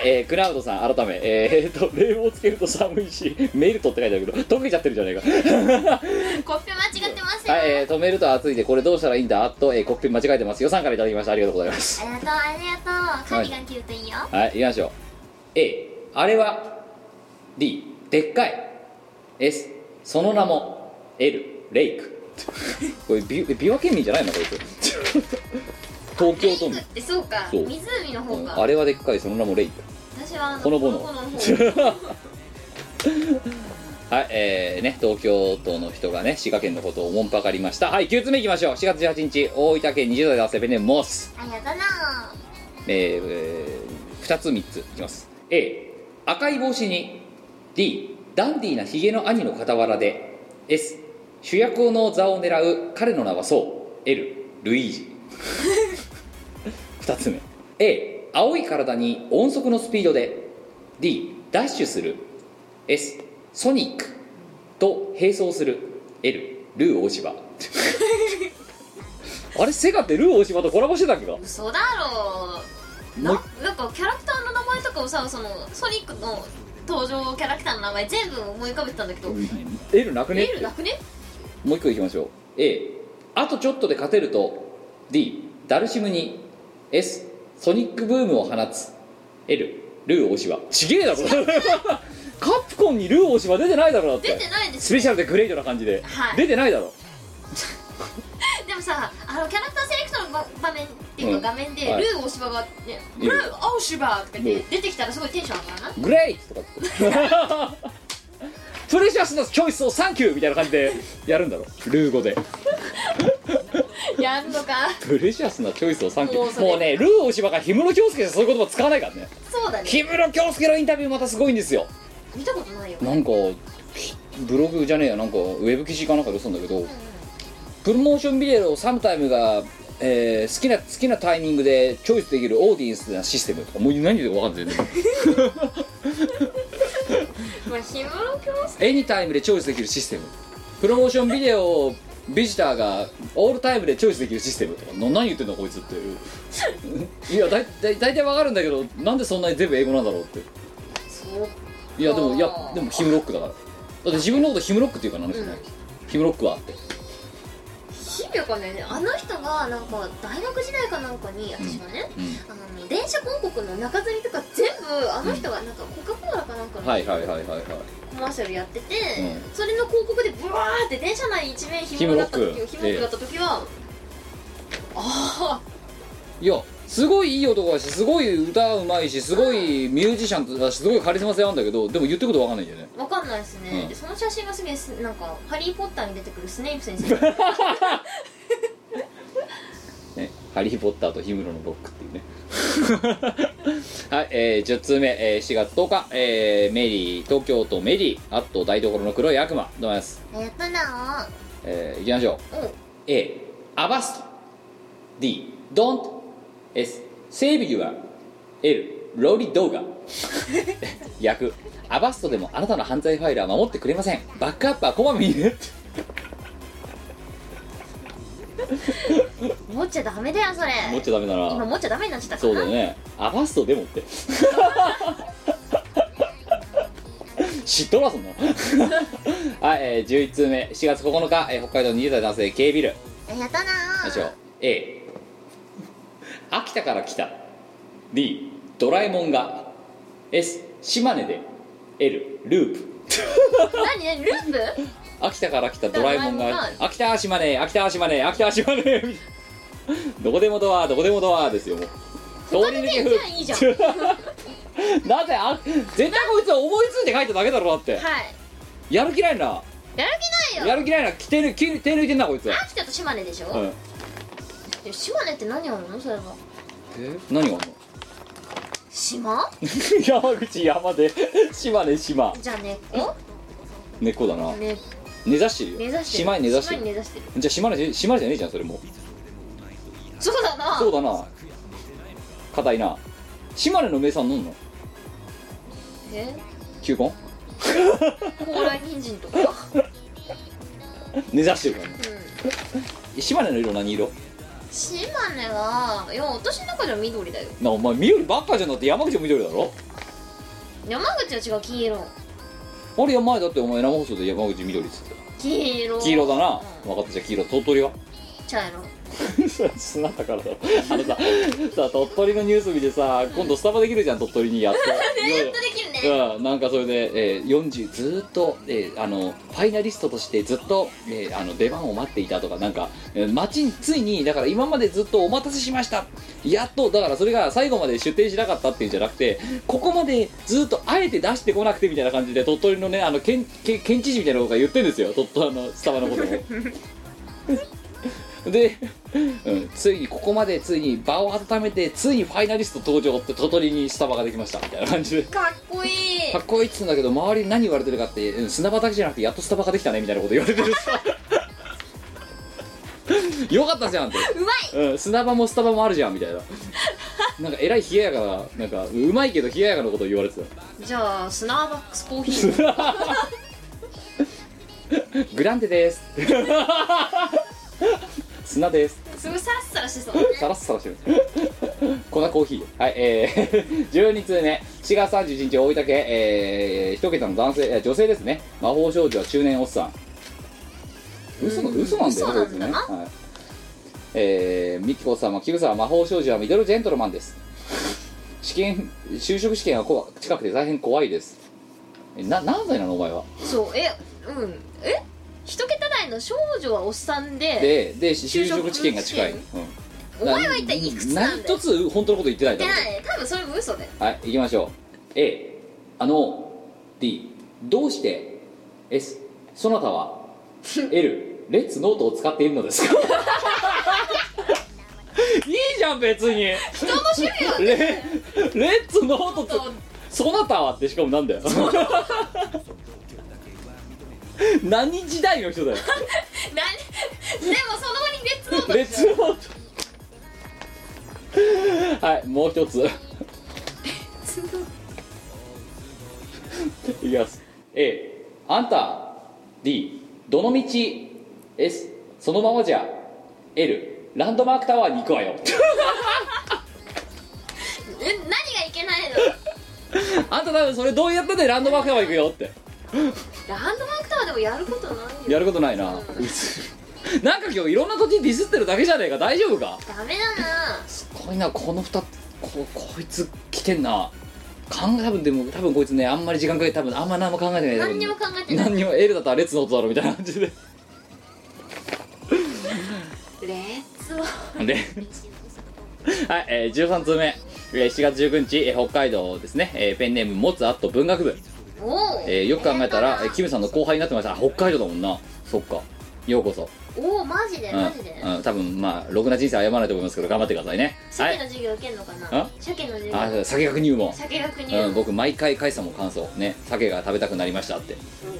S1: い、えークラウドさん改めえー、っと冷房つけると寒いしメルトって書いてあるけど溶けちゃってるじゃないか
S2: コッペ間違ってますよ、
S1: はい、えー止めると暑いでこれどうしたらいいんだと、えーコッペ間違えてますよさんからいただきましたありがとうございます
S2: ありがとうありがとうカーディガン着るといいよ、
S1: はい、行きましょう。A、あれは D、でっかい S、その名も L、レイク これ、び琵琶県民じゃないのこいつ東京都民
S2: レイクってそうか
S1: そう
S2: 湖の方
S1: うん
S2: か
S1: あれはでっかい、その名もレイク
S2: 私はあ
S1: ほのぼの
S2: ほのぼの方
S1: はい、えー、ね、東京都の人がね、滋賀県のことをおもんぱかりました。はい、9つ目いきましょう。4月18日、大分県20代男性ペンネームモス。
S2: ありがとうな
S1: えーえー、2つ3ついきます A 赤い帽子に D ダンディーなヒゲの兄の傍らで S 主役の座を狙う彼の名はそう L ルイージ2つ目 A 青い体に音速のスピードで D ダッシュする S ソニックと並走する L ルー大芝 あれセガってルー大芝とコラボしてたっけか
S2: 嘘だろ
S1: もう
S2: うなんかキャラクターの名前とかをさそのソニックの登場キャラクターの名前全部思い浮かべてたんだけど
S1: L なくね
S2: エールなくね
S1: もう一個いきましょう A あとちょっとで勝てると D ダルシムに S ソニックブームを放つ L ルー大芝ちげえ だろカプコンにルー大芝出てないだろだって
S2: 出てないです
S1: スペシャルでグレートな感じで、
S2: はい
S1: 出てないだろ
S2: でもさあのキャラクターセレクトの場場面っていう
S1: うん
S2: か画面で、
S1: はい
S2: ルー大芝がね「
S1: いる
S2: ルー大芝」とか言っ
S1: う
S2: て出てきたらすごいテンション上がらない
S1: グレイとかって プレシャスなチョイスをサンキューみたいな感じでやるんだろルー語で
S2: やんのか
S1: プレシャスなチョイスをサンキュ
S2: もう
S1: ー
S2: それ
S1: もうねルー大芝が氷室京介じゃそういう言葉使わないからね
S2: そうだね
S1: 氷室京介のインタビューまたすごいんですよ
S2: 見たことないよ
S1: なんかひブログじゃねえやなんかウェブ記事かなんかで嘘んだけどプロモーションビデオをサムタイムが、えー好きな好きなタイミングでチョイスできるオーディエンスなシステムとかもう何でか分かんないんだよね
S2: まあ氷室京介
S1: エニタイムでチョイスできるシステムプロモーションビデオをビジターがオールタイムでチョイスできるシステムとかな何言ってんだこいつっていういやだいだい大体分かるんだけどなんでそんなに全部英語なんだろうって
S2: そう
S1: いやでもいや
S2: あー
S1: でもヒムロックだからだって自分のことヒムロックっていうからなあの人ね、ヒムロックはって
S2: 日々かねあの人がなんか大学時代かなんかに私がね、
S1: うん
S2: あの電車広告の中吊りとか全部あの人がなんかコカ・コーラかなんかの
S1: はいはいはいはいはい
S2: コマーシャルやってて、
S1: う
S2: それの広告でブワーって電車内一面ひもだった時をひもだった時は、あ
S1: いやすごいいい男だしすごい歌うまいしすごいミュージシャンだしすごいカリスマ性あるんだけどでも言ってることわかんないんだよね
S2: あわかんないですね、
S1: うん
S2: でその写真がすげえすなんか「ハリー・ポッター」に出てくるスネイプ先 生
S1: ねハリー・ポッターと氷室のロックっていうね はい、えー、10通目、えー4月10日、えーメリー東京都メリーあと台所の黒い悪魔どうもです、
S3: やったな
S1: えー、いきましょう
S2: うん
S1: A アバスト D ドン S セービュア L ロリ動画役アバストでもあなたの犯罪ファイルは守ってくれませんバックアップはこまめにね
S2: 持っちゃダメだよそれ
S1: 持っちゃダメだ
S2: 今
S1: な
S2: 持っちゃダメになっちゃったか
S1: そう
S2: ら
S1: だよねアバストでもって知っとらそんなはい、えー、11通目4月9日、えー北海道20代男性 K ビル
S3: やったな
S1: でしょう A 秋田から来た D ドラえもんが S 島根で L ループ
S2: 何何ループ
S1: 秋田から来たドラえもん
S2: ドラえも
S1: が
S2: んが
S1: 秋田島根秋田島根秋田島根どこでもドアどこでもドアですよもう通り抜け
S2: じゃあいいじゃん
S1: 風なぜあ絶対こいつは思いついて書いただけだろだって
S2: はい
S1: やる気ないな
S2: やる気ないよ
S1: やる気ないな着てる着手抜いてんなこいつは、
S2: 秋田と島根でしょ、
S1: うん、
S2: で島根って何あるのそれは
S1: え何があんの
S2: 島
S1: 山口山で島根島
S2: じゃあ根っこ
S1: 根っこだな
S2: ね
S1: 根ざしてるよ
S2: 根ざしてる
S1: 島に根ざして
S2: 島に
S1: る
S2: 根ざしてる
S1: じゃあ島根島根じゃねえじゃんそれも
S2: そうだな
S1: そうだな硬いな島根の名産なんの
S2: え
S1: 球根
S2: 高麗人参とか
S1: 根ざしてるからね
S2: うん
S1: 島根の色何色
S2: 島根はいや私の中では緑だよ
S1: なお前緑ばっかじゃなくて山口も緑だろ
S2: 山口は違う黄色
S1: あれ前だってお前生放送で山口緑っつって
S2: 黄色
S1: 黄色だな
S2: う
S1: 分
S2: ん
S1: かったじゃあ黄色鳥取は
S2: 茶色
S1: 砂だからだろあのささ鳥取のニュース見てさ今度スタバできるじゃん鳥取にやっと
S2: ネットできるね
S1: うん、なんかそれで、えー40ずーっと、えーあのファイナリストとしてずっと、えーあの出番を待っていたとかなんか、えー待ちについにだから今までずっとお待たせしましたやっとだからそれが最後まで出店しなかったっていうんじゃなくてここまでずっとあえて出してこなくてみたいな感じで鳥取のねあの県県県知事みたいなのが言ってるんですよ鳥取あのスタバのことを。で、うん、ついにここまでついに場を温めてついにファイナリスト登場って鳥取にスタバができましたみたいな感じで
S2: かっこいい
S1: かっこいいっつうんだけど周りに何言われてるかって、うん、砂場だけじゃなくてやっとスタバができたねみたいなこと言われてる さよかったじゃんって
S2: うまい
S1: うん、砂場もスタバもあるじゃんみたいななんかえらい冷ややかななんかうまいけど冷ややかなこと言われて
S2: じゃあスナーバックスコーヒ ー
S1: た グランデです 砂です
S2: すごいサラッサラしてそう
S1: サラッサラしてる 粉コーヒーはいえー、12通 目4月31日大分県えー、1桁の男性えー女性ですね魔法少女は中年おっさん嘘の嘘なんだよ
S2: 嘘なんだな
S1: こいつねはい、えー、ミキコ様キムさんは魔法少女はミドルジェントルマンです試験就職試験は怖近くて大変怖いですえな何歳なのお前は
S2: そうえうんえ一桁台の少女はおっさんで
S1: でで就職試験が近い、
S2: 就職
S1: うん
S2: お前は一体いくつなんだよ
S1: 何一つ本当のこと言ってないだ
S2: で
S1: ろ
S2: 多分それも嘘だよ
S1: はい、行きましょう。A、あの、D、どうして S、そなた は L、レッツノートを使っているのですか いいじゃん、別に。レ
S2: 人の趣味は
S1: レッツノートと、そなたはってしかもなん だよ。何時代の人だよ。
S2: 何でもその後にレッツノ
S1: レ
S2: ート
S1: ッツノート。はい、もう一つ。いきます A あんた D どの道 S そのままじゃ L ランドマークタワーに行くわよ
S2: え何がいけないの
S1: あんた多分それどうやったでランドマークタワー行くよって
S2: ランドマークタワーでもやることないよ
S1: やること ないななんか今日いろんな土地ディスってるだけじゃねえか大丈夫か
S2: ダメだな
S1: すごいなこの2つここいつ来てんな考え多分でも多分こいつねあんまり時間かけて多分あんま何も考えてない
S2: 何にも考えてない
S1: 何にも L だったら列の音だろみたいな感じで
S2: レッツ は
S1: ではい、えー、13通目、えー7月19日、えー北海道ですね、えーペンネームもつあっと文学部、
S2: おお、
S1: えーよく考えたら、えーキムさんの後輩になってましたあ北海道だもんなそっかようこそ、
S2: おおマジで
S1: う
S2: マジで、
S1: んうん、多分まあろくな人生歩まないと思いますけど頑張ってくださいねは
S2: 鮭の
S1: い
S2: 授業受けんのかな、
S1: あ
S2: 鮭の
S1: あそ
S2: 授
S1: う
S2: 業
S1: 酒学入門
S2: 鮭学に、
S1: うん、僕毎回甲斐さんも感想ね鮭が食べたくなりましたって、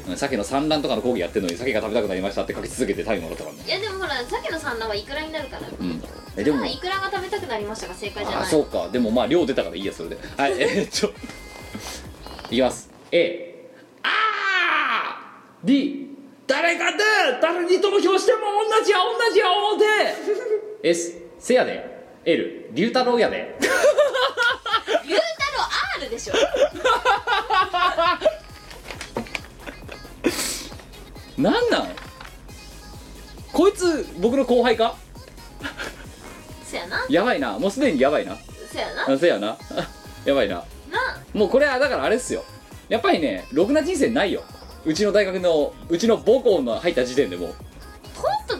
S1: うん、鮭の産卵とかの講義やってるのに鮭が食べたくなりましたって書き続けてタイムもらったからね
S2: いやでもほら鮭の産卵はいくらになるから
S1: うんえでも
S2: まあいくらが食べたくなりましたが正解じゃ
S1: あ
S2: ない
S1: そうかでもまあ量出たからいいやそれではいえー、ちょいきます A あー D 誰かで誰に投票しても同じや同じや思て S せやで L 龍太郎やで
S2: ゆうたろ R でしょ
S1: なんなんこいつ僕の後輩か
S2: そやな
S1: やばいなもうすでにやばいな
S2: そやな
S1: あせやな やばいな
S2: な
S1: もうこれはだからあれっすよやっぱりねろくな人生ないようちの大学のうちの母校の入った時点でもう
S2: ほんと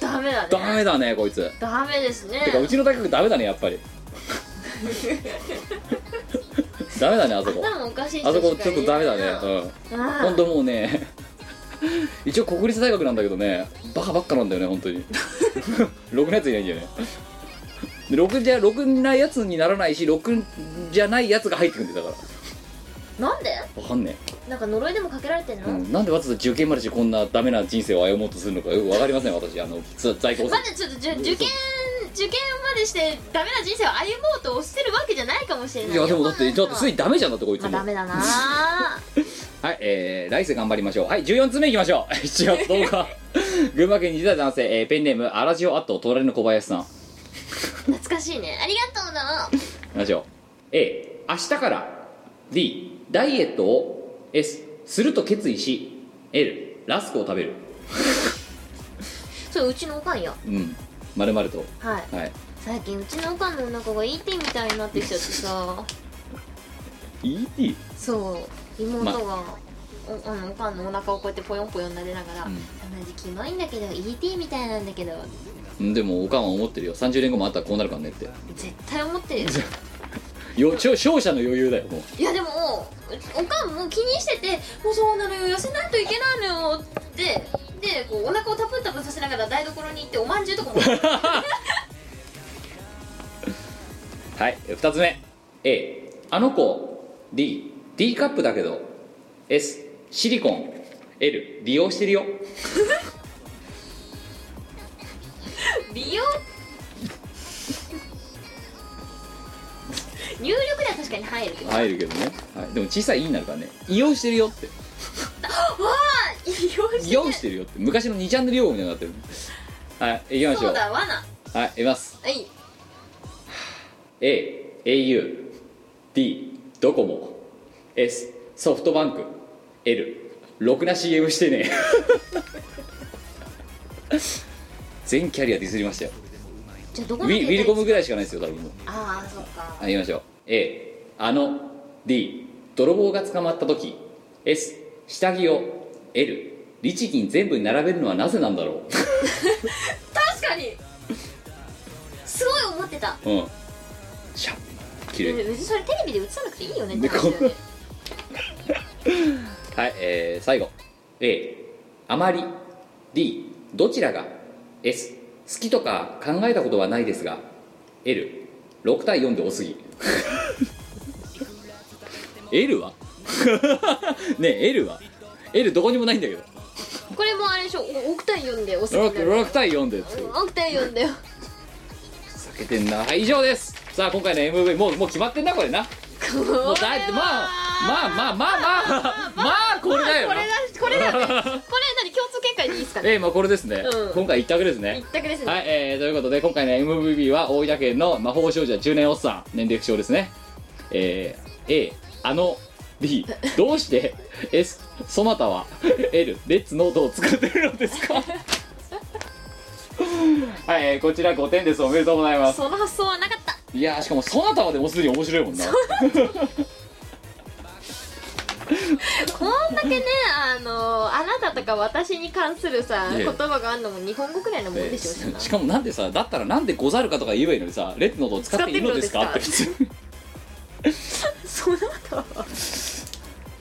S2: ダメだね
S1: ダメだねこいつ
S2: ダメですね
S1: てかうちの大学ダメだねやっぱり ダメだねあそこ
S2: 頭もおかしい人
S1: あそこ
S2: しか
S1: ちょっとダメだね
S2: いないな
S1: うん
S2: あ
S1: 本当もうね 一応国立大学なんだけどねバカばっかなんだよね本当に ろくなやついないんだよねでろくじゃろくなやつにならないしろくじゃないやつが入ってくんだよだか
S2: なんで
S1: らわかんね
S2: なんか呪いでもかけられてん
S1: え、う
S2: の、
S1: ん、なんでわざわざ受験までしてこんなダメな人生を歩もうとするのかよくわかりません私あのつ在校生
S2: まだちょっとじゅ受験受験までしてダメな人生を歩もうとしてるわけじゃないかもしれない
S1: い
S2: よ
S1: やでもだってだってついダメじゃんだってこいつ
S2: ま
S1: も、
S2: あダメだな
S1: はい、えー、来世頑張りましょう。はい、14つ目いきましょう。7月10日。 群馬県に代男性、えーペンネーム、アラジオアット、隣の小林さん。い
S2: 懐かしいねありがとう な
S1: きましょう。A、明日から。D、ダイエットを。S、すると決意し。L、ラスクを食べる。
S2: それうちのおかんよ
S1: うん。まるまると。
S2: はい
S1: はい。
S2: 最近うちのおかんのお腹がいいってみたいになってきちゃってさ
S1: ET?
S2: そう妹が、おあのおかんのお腹をこうやってぽよんぽよん撫でながら「同じキモいんだけど ET みたいなんだけど
S1: うん、でもおかんは思ってるよ30年後もあったらこうなるからねって
S2: 絶対思ってるよ」
S1: よちょ勝者の余裕だよもう
S7: いやでもおかんも気にしてて「もうそうなのよ痩せないといけないのよ」ってでこうお腹をタプンタプンさせながら台所に行っておまんじゅうとかも
S1: はい2つ目 A あの子 DD カップだけど S シリコン L 利用してるよ
S7: 利用入力では確かに入るけど
S1: 入るけどね、はい、でも小さい「E」になるからね「利用してるよ」って
S7: 利用
S1: 「
S7: し
S1: 利用してるよ」って昔の2チャンネル用語みたいになってるはい行きましょ
S7: そう
S1: う
S7: だ罠
S1: はい行きます
S7: はい
S1: A、au、D、ドコモ、S、ソフトバンク、L、ろくな CM してねえ全キャリアディスりましたよ
S7: じゃあど
S1: ウ
S7: この
S1: ィウ
S7: 携
S1: ィルコム
S7: 帯
S1: ぐらいしかないですよ多分もう
S7: ああそっか
S1: はい行きましょう A、あの D、泥棒が捕まった時 S、下着を L、律儀に全部に並べるのはなぜなんだろ
S7: 確かにすごい思ってた
S1: ううんシャッ綺麗
S7: 別にそれテレビで映さなくていいよね
S1: で
S7: って話だよね
S1: はい、えー、最後 A あまり D どちらが S 好きとか考えたことはないですが L6 対4で多す ぎ L は ねえ L は L どこにもないんだけど
S7: これもあれでしょお億単位読んでおすすめだ
S1: 6,
S7: よ
S1: 対4でつける
S7: 億単位読んだよ
S1: 避けてんなはい以上ですさあ今回の MV もうもう決まってんなこれなもうだいまあまあまあまあまあまあこれだよ
S7: こ
S1: な
S7: れだこれだねこれ何共通見解でいいですかね
S1: ええまあこれですね、
S7: うん
S1: 今回一択ですね
S7: 一択ですね、
S1: はい、えー、ということで今回の MVP は大分県の魔法少女10年おっさん年齢不詳ですねえー、A あの D どうして S そなたは L レッツノートを作ってるのですか はい、えーこちら5点ですおめでとうございます
S7: その発想はなかった
S1: いやーしかもそなたはでもすでに面白いもんな
S7: こんだけねあのあなたとか私に関するさ
S1: ええ
S7: 言葉があるのも日本語くらいのもん
S1: え
S7: でしょうしな
S1: ーしかもなんでさだったらなんでござるかとか言えばいいのにさレッツノートを使っていいのですかっ
S7: 使ってて
S1: 普
S7: る
S1: 通
S7: その後は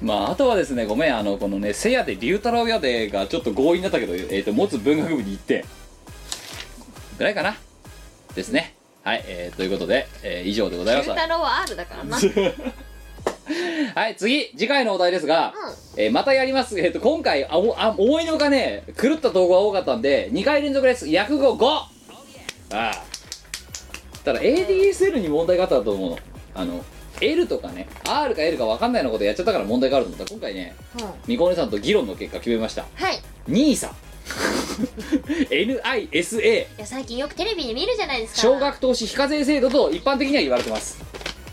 S1: まああとはですねごめんあのこのねせやで龍太郎やでがちょっと強引だったけど、えー、と持つ文学部に行ってぐらいかなですねはい、えー、ということで、えー以上でござい
S7: 龍
S1: ます
S7: 太郎は R だからな
S1: はい次次回のお題ですが、えーまたやります、えー、と今回あおあ思いのほかね狂った投稿が多かったんで2回連続です訳語5ああただ ADSL に問題があったと思うのあの L とかね R か L か分かんないようなことやっちゃったから問題があると思った今回ねみこねさんと議論の結果決めました
S2: はいい
S1: NISA NISA
S2: や最近よくテレビに見るじゃないですか
S1: 少額投資非課税制度と一般的には言われてます、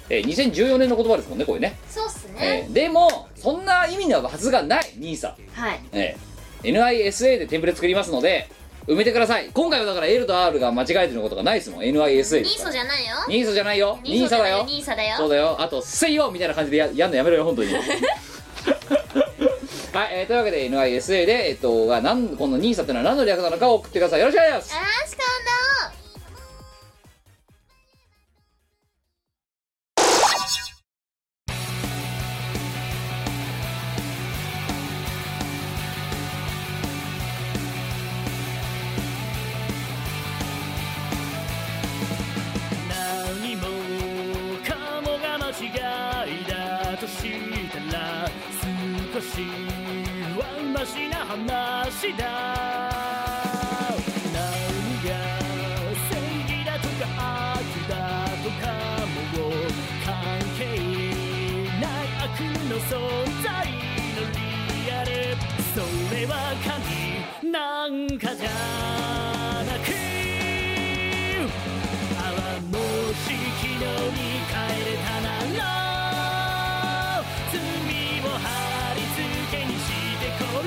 S1: えー2014年の言葉ですもんねこれね、
S2: そうっすね、
S1: えーでもそんな意味のはずがない NISA、
S2: はい
S1: えー NISA でテンプレ作りますので埋めてください今回はだから L と R が間違えてることがないですもん NISA です
S2: ニーソじゃないよ
S1: NISA じゃないよ NISA だよ
S2: ニーサだよ
S1: そうだよあと「せいよ」みたいな感じでややんのやめろよ本当にはい、えーというわけで NISA で、えっと、がなんこの NISA ってのは何の略なのかを送ってくださいよろしくお願いします
S2: あーしかんだ
S8: 何もかもが間違いだとしたら少しはマシな話だ何が正義だとか悪だとかもう関係ない悪の存在のリアルそれは神なんかじゃなく「あはもし昨日に帰れたなら」「罪を貼り付けにして殺し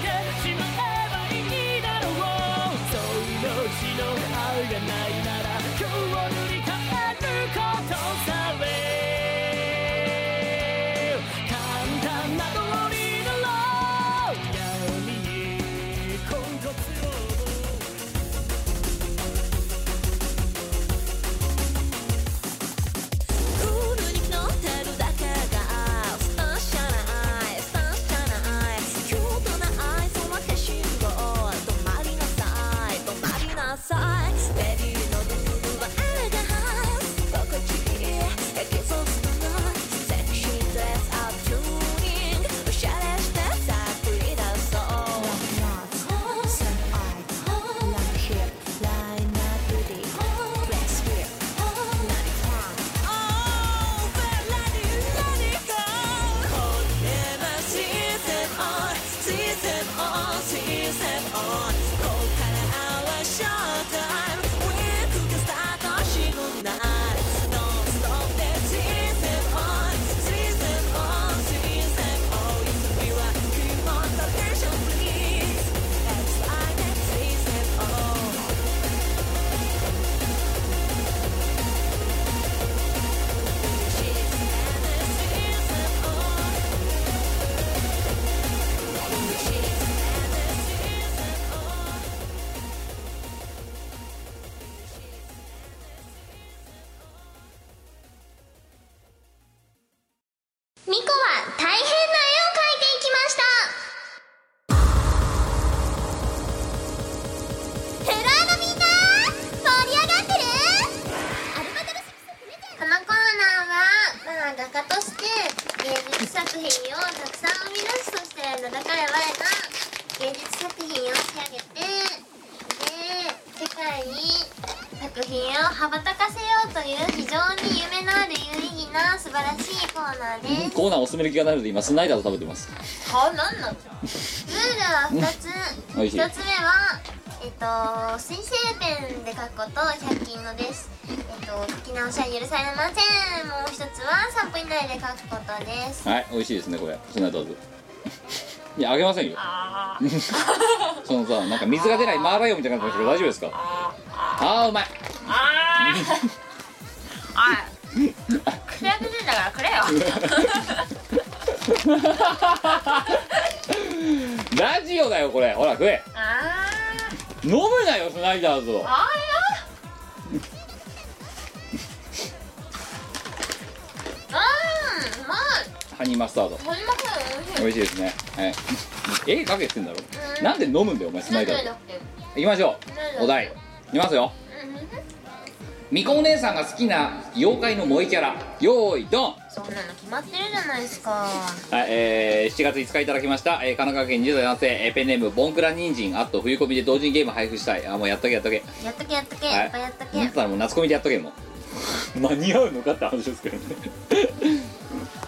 S8: てしまえばいいだろう」「そういう死の愛がないなら今日を塗り替えることさえ」
S2: 作品を羽ばたかせようという非常に夢のある有意義な素晴らしいコーナーです
S1: コーナーおすすめる気がないので今スナイダーを食べてます
S7: はなんなの
S2: ルールは2つ
S1: 美味しい
S2: 1つ目はえっと水性ペンで書くこと100均のですえっと書き直しは許されませんもう1つは3分以内で書くことです
S1: はい美味しいですねこれスナイダーズ いやあげませんよ そのさなんか水が出ないマーライオンみたいな感じで大丈夫ですかあーうまい
S7: あーおいくれくれんだからくれよ
S1: ラジオだよこれほら食え
S7: あー
S1: 飲むなよスナイダーズを
S7: あーようんまあ
S1: ハニーマスタード
S7: 鳥まくん美
S1: 美
S7: 味しい
S1: 味しいですねはい絵かけてんだろ
S7: うん
S1: なんで飲むんだよお前スナイダーズ
S7: だっけ
S1: 行きましょうお題いきますよ
S7: うん
S1: みこお姉さんが好きな妖怪の萌えキャラよーいドン
S7: そんなの決まってるじゃないですか
S1: はい、えー、7月5日いただきました、えー神奈川県20代男性、えーペンネームボンクラ人参あと冬コミで同時にゲーム配布したいあもうやっとけやっとけ
S2: やっとけやっとけ
S1: はい
S2: いっぱいやっとけ
S1: なんだったらもう夏コミでやっとけも う間に合うのかって話ですけどね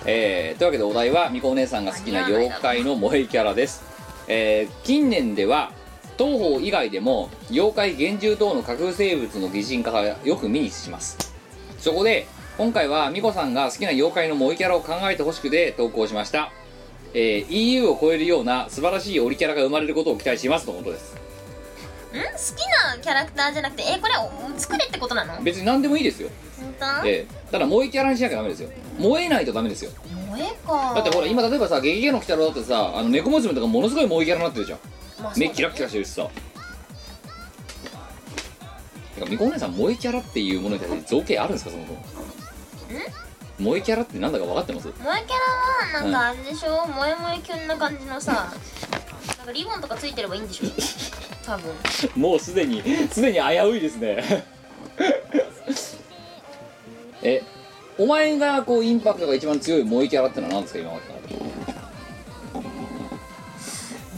S1: えー、というわけでお題はみこお姉さんが好きな妖怪の萌えキャラです、えー、近年では東方以外でも妖怪幻獣等の架空生物の擬人化がよく見にしますそこで今回はみこさんが好きな妖怪の萌えキャラを考えてほしくて投稿しました、えー、EU を超えるような素晴らしいオリキャラが生まれることを期待しますとのことです
S7: ん好きなキャラクターじゃなくてえこれお作れってことなの本
S1: 別に何でもいいですよ
S7: 当
S1: ええ、ただ萌えキャラにしなきゃダメですよ萌えないとダメですよ
S7: 萌えか
S1: だってほら今例えばさ「ゲゲゲの鬼太郎」だってさあの猫娘とかものすごい萌えキャラになってるじゃん
S7: まあそうだね
S1: 目キラッキラしてるしさてかみこお姉さん萌えキャラっていうものに対して造形あるんですかそもそも萌えキャラってなんだか分かってます
S7: 萌えキャラはなんかあれでしょ、萌え萌えキュンな感じのさなんかリボンとかついてればいいんでしょ多分
S1: もうすでにすでに危ういですね えお前がこうインパクトが一番強い萌えキャラってのは何ですか今まで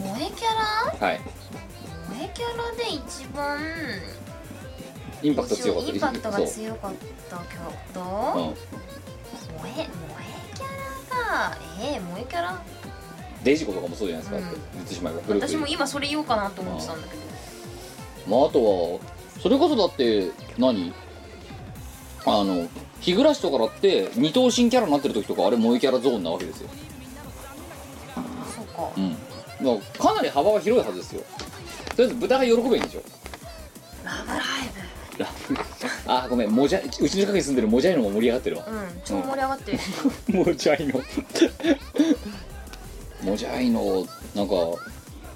S7: 萌えキャラ
S1: のはい
S7: 萌えキャラで一番
S1: インパクト強かった
S7: インパクトが
S1: そう
S7: 強かったキャラクター
S1: う
S7: 萌
S1: ん
S7: え萌えキャラかえー、萌えキャラ
S1: デジコとかもそうじゃないですか、
S7: うん
S1: だって言ってしまえば古く
S7: 私も今それ言おうかなと思ってたんだけど
S1: まあ、あとはそれこそだって何あの日暮らしとかだって二頭身キャラになってる時とかあれ萌えキャラゾーンなわけですよ、
S7: そうか
S1: うん、だからかなり幅は広いはずですよとりあえず豚が喜べばいいんでしょ
S7: ラブライ
S1: ラあごめんもじゃうちの近くに住んでるもじゃいのも盛り上がってるわ
S7: ブうん超盛り上がってる、
S1: もじゃいの もじゃいのなんか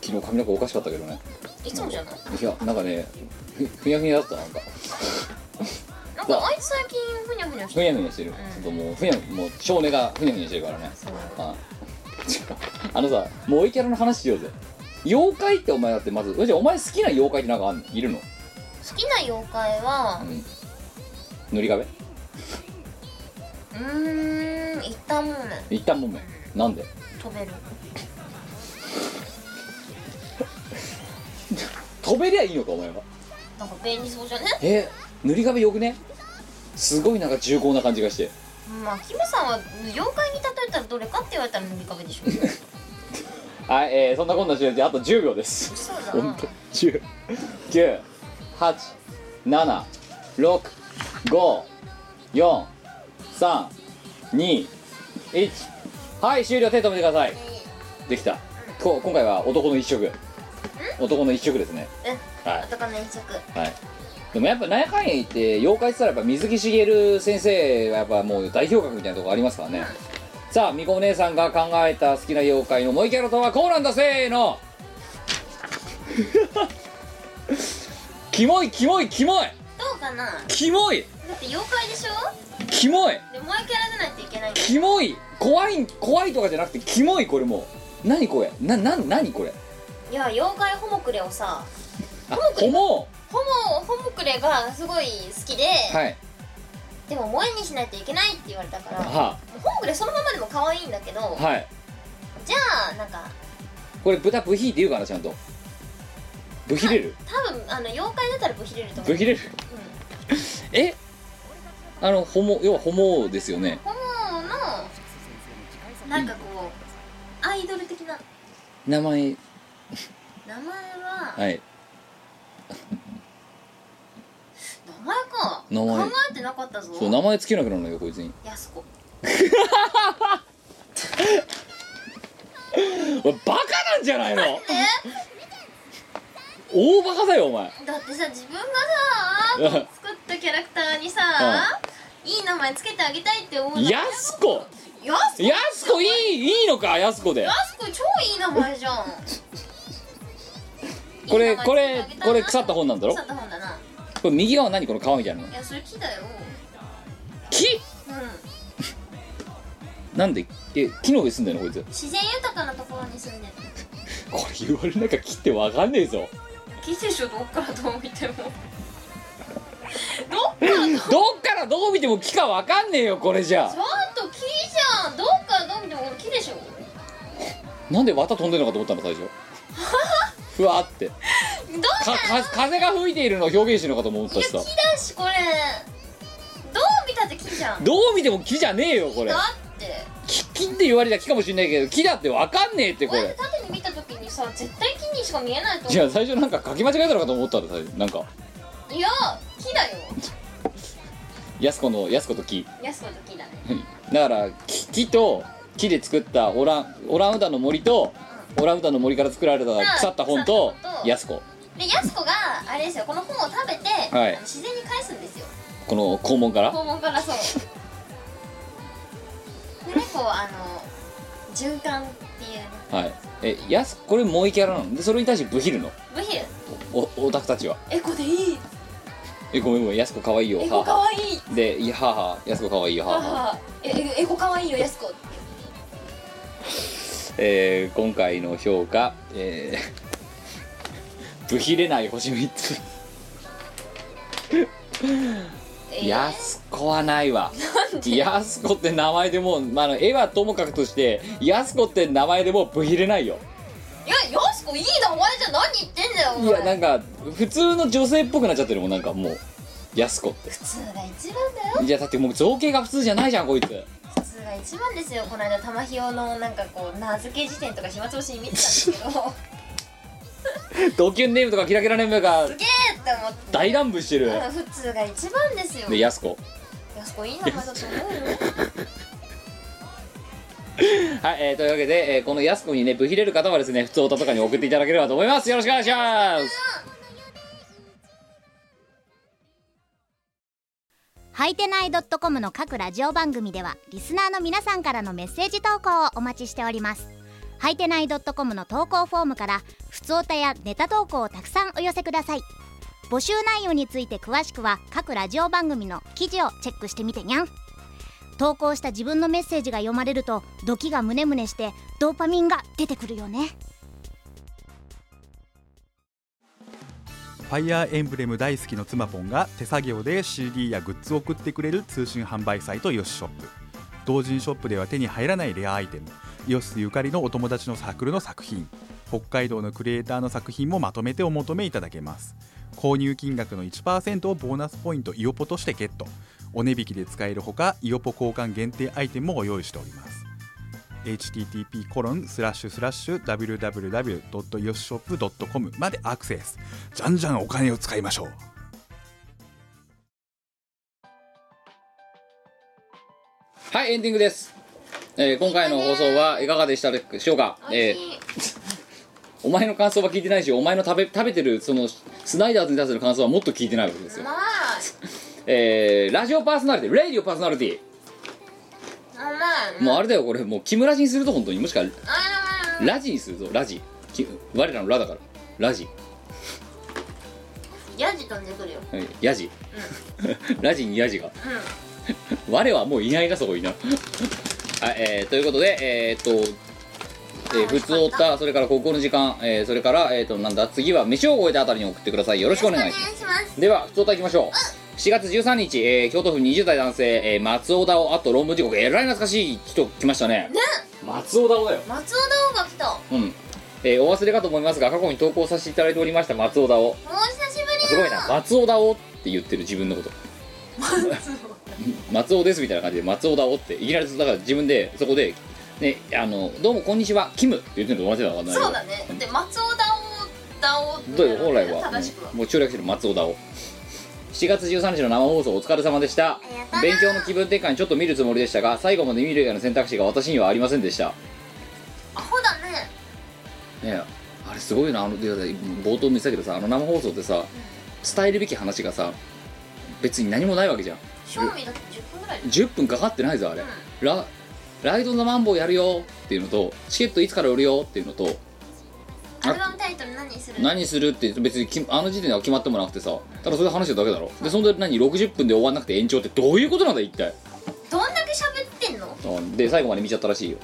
S1: 昨日髪の毛おかしかったけどね
S7: いつもじゃない
S1: いやなんかねふふにゃふにゃだったなんか
S7: なんかあいつ最近ふにゃふにゃし
S1: ふに
S7: てる
S1: ゃふにゃしてる、
S7: ん
S1: ちょっともうふにゃもう少年がふにゃふにゃしてるからね
S7: そう
S1: あ あのさ萌えキャラの話しようぜ妖怪ってお前だってまずじゃあお前好きな妖怪ってなんかあんのいるの、
S7: 好きな妖怪は
S1: うん、塗り壁
S7: うーんいったもんね
S1: 一旦もめなんで
S7: 飛べる
S1: 飛べりゃいいのかお前は
S7: なんか便利そうじゃね
S1: え塗り壁よくねすごいなんか重厚な感じがして
S7: まあキムさんは妖怪に例えたらどれかって言われたら塗り壁でしょ
S1: はい、えー、そんなこんなしてるうちあと10秒です
S7: そうだ
S1: 本
S7: な
S1: 当十九八七六五四三二一はい終了手止めてくださいできたこ今回は男の一色男の一色ですねはい
S7: 男の一色
S1: はいでもやっぱ何やかんや言って妖怪って言ったらやっぱ水木しげる先生がやっぱもう代表格みたいなとこありますからねさあみこお姉さんが考えた好きな妖怪の萌えキャラとはこうなんだせーの キモいキモいキモい
S7: どうかなだ
S1: キモい
S7: って妖怪でしょ
S1: キモい
S7: で萌えキャラじゃないといけないんだよ
S1: キモい怖い怖いとかじゃなくてキモいこれもう何これなな何これ
S7: いや妖怪ホモクレをさ
S1: あホモ
S7: ホモホモクレがすごい好きで、
S1: はい
S7: でも萌えにしないといけないって言われたからホ
S1: は
S7: モクレそのままでも可愛いんだけど、
S1: はい
S7: じゃあなんか
S1: これ豚ブヒーって言うかなちゃんとブヒれる
S7: 多分あの妖怪だったらブヒれると思
S1: ブ
S7: う
S1: ヒれるえあのホモ要はホモですよね
S7: ホモのなんかこうアイドル的な
S1: 名前
S7: 名前は、
S1: はい
S7: 名前か
S1: 名前
S7: 考えてなかったぞ
S1: そう名前つけなくなるのよこいつに
S7: やすこ
S1: おいバカなんじゃないの大バカだよお前
S7: だってさ自分がさアートを作ったキャラクターにさ、いい名前つけてあげたいって思う
S1: やすこ
S7: やすこ
S1: やすこいいいいのかやすこで
S7: やすこ超いい名前じゃん
S1: こ
S7: い
S1: れ
S7: い名
S1: こ
S7: 前
S1: れ
S7: つけてあ
S1: こ
S7: げ
S1: れ
S7: たいな
S1: 腐った本なんだろ
S7: 腐った本だな
S1: これ右側何この皮みたいなの
S7: いやそれ木だよ
S1: 木
S7: うん
S1: なんでえ木の上住んでるのこいつ
S7: 自然豊かなところに住んでる
S1: これ言われる中木ってわかんねえぞ
S7: 木でしょどっからどう見てもどっからどう
S1: どっからどう見ても木かわかんねえよこれじゃ
S7: ちょっと木じゃんどっからどう見てもこれ木でしょ
S1: あなんで綿飛んでるのかと思ったの最初ふわってか
S7: どうした
S1: か風が吹いているのを表現してるのかと思っ
S7: い
S1: た
S7: や
S1: しさ
S7: 木だしこれどう見たって木じゃんだ
S1: どう見ても木じゃねえよこれ
S7: って
S1: 木木って言われりゃ木かもしれないけど木だってわかんねえってこ
S7: こうやって
S1: れ
S7: 縦に見た時にさ絶対木にしか見えないと
S1: い
S7: 思
S1: や最初なんか書き間違えたのかと思ったの最初なんか
S7: ういや木だよ
S1: 安子の安子と木
S7: 安子の木だね
S1: だから木木と木で作ったオランオランウータンの森とオランウータンの森から作られた腐った本と
S7: 腐った本と
S1: 安子
S7: で安子があれですよこの本を食べて、
S1: はい
S7: あの自然に返すんですよ
S1: この肛門から
S7: 肛門から そうでねこうあの循環っていうね
S1: はいえやすこれ萌えキャラなのでそれに対してブヒるの
S7: ブヒル
S1: おおオタクたちは
S7: エコでいい
S1: えごめんごめんやすこかわいいよ
S7: エ
S1: は
S7: コ
S1: あ
S7: か
S1: は
S7: わいい
S1: あでいやはあはあやすこかわいいよはあはあ
S7: ああええエコかわいいよ安子って
S1: えー今回の評価、えー、ブヒれない星3つ
S7: えー
S1: やすこはないわやすこって名前でもう、まあ、あの絵はともかくとしてやすこって名前でもうブヒれないよ
S7: いやよしこいい名前じゃん何言ってんだよお
S1: いや
S7: 前
S1: なんか普通の女性っぽくなっちゃってるもんなんかもうやすこって
S7: 普通が一番だよ
S1: いやだってもう造形が普通じゃないじゃんこいつ
S7: 普通が一番ですよこの間玉ひよのなんかこう名付け辞典とか暇つぶしに見てたんですけ どす
S1: ドキュンネームとかキラキラネームとか
S7: げえって思って
S1: 大乱舞してる
S7: うん普通が一番ですよ
S1: でやすこ
S7: やすこいい名前だと思うよ
S1: はい、えーというわけで、えーこのやすこにねブヒれる方はですね普通オタとかに送っていただければと思いますよろしくお願いします
S3: はいてない .com の各ラジオ番組では リスナーの皆さんからのメッセージ投稿をお待ちしておりますはいてない .com の投稿フォームからふつおたやネタ投稿をたくさんお寄せください募集内容について詳しくは各ラジオ番組の記事をチェックしてみてにゃん投稿した自分のメッセージが読まれるとドキがムネムネしてドーパミンが出てくるよね
S9: ファイアーエンブレム大好きの妻ポンが手作業で CD やグッズを送ってくれる通信販売サイトヨシショップ同人ショップでは手に入らないレアアイテムヨシスゆかりのお友達のサークルの作品北海道のクリエイターの作品もまとめてお求めいただけます購入金額の1%をボーナスポイントイオポとしてゲットお値引きで使えるほかイオポ交換限定アイテムもご用意しております http コロンスラッシュスラッシュ www.yoshop.com までアクセスじゃんじゃんお金を使いましょう
S1: はいエンディングです、えー今回の放送はいかがでしたでしょうか、
S7: 美
S1: え
S7: 味し
S1: ー
S7: い
S1: お 前の感想は聞いてないしお前の食べ食べてるそのスナイダーズに対する感想はもっと聞いてないわけですよ
S7: ま、あ
S1: えーラジオパーソナリティレイディオパーソナリティ、
S7: まあまあ
S1: もうあれだよこれもうキムラジにすると本当にもしか
S7: あー
S1: ラジにするぞラジき我らのラだからラジ
S7: ヤジ飛んでくるよ
S1: はいヤジラジにヤジが
S7: う
S1: 我はもういないなそこいな はい、えーということでえーっとえー、普通おったそれから高校の時間、えーそれから、えー、となんだ次は飯を終えたあたりに送ってくださいよろしくお願いします
S7: んお願いします
S1: では普通おたいきましょう7月13日、えー京都府20代男性、えー松尾田をあと論文時刻えらい懐かしい人来ましたね
S7: ね
S1: 松尾田をだよ
S7: 松尾道が来た
S1: うん、えーお忘れかと思いますが過去に投稿させていただいておりました松尾田を
S7: お久しぶり
S1: すごいな松尾だおって言ってる自分のこと松尾ですみたいな感じで松尾だおっていきなりだから自分でそこで、ね、あのどうもこんにちはキムって言ってるのと同じだから
S7: そうだねで松尾ダオダオ
S1: どういう本来は
S7: 正しくは
S1: もう中略してる松尾だお7月13日の生放送お疲れ様でした
S2: りがとうな
S1: 勉強の気分転換にちょっと見るつもりでしたが最後まで見る以外の選択肢が私にはありませんでした
S7: アホだね
S1: ねえあれすごいなあので冒頭見てたけどさあの生放送ってさ伝えるべき話がさ別に何もないわけじゃん
S7: 賞味だって10分ぐらいで
S1: 10分かかってないぞあれ、ラライド・のマンボウやるよっていうのとチケットいつから売るよっていうのと
S7: アルバムタイトル何にする
S1: 何するって別にきあの時点では決まってもなくてさただそれで話してるだけだろでその時何60分で終わんなくて延長ってどういうことなんだ一体
S7: どんだけ喋ってんの
S1: うんで最後まで見ちゃったらしいよ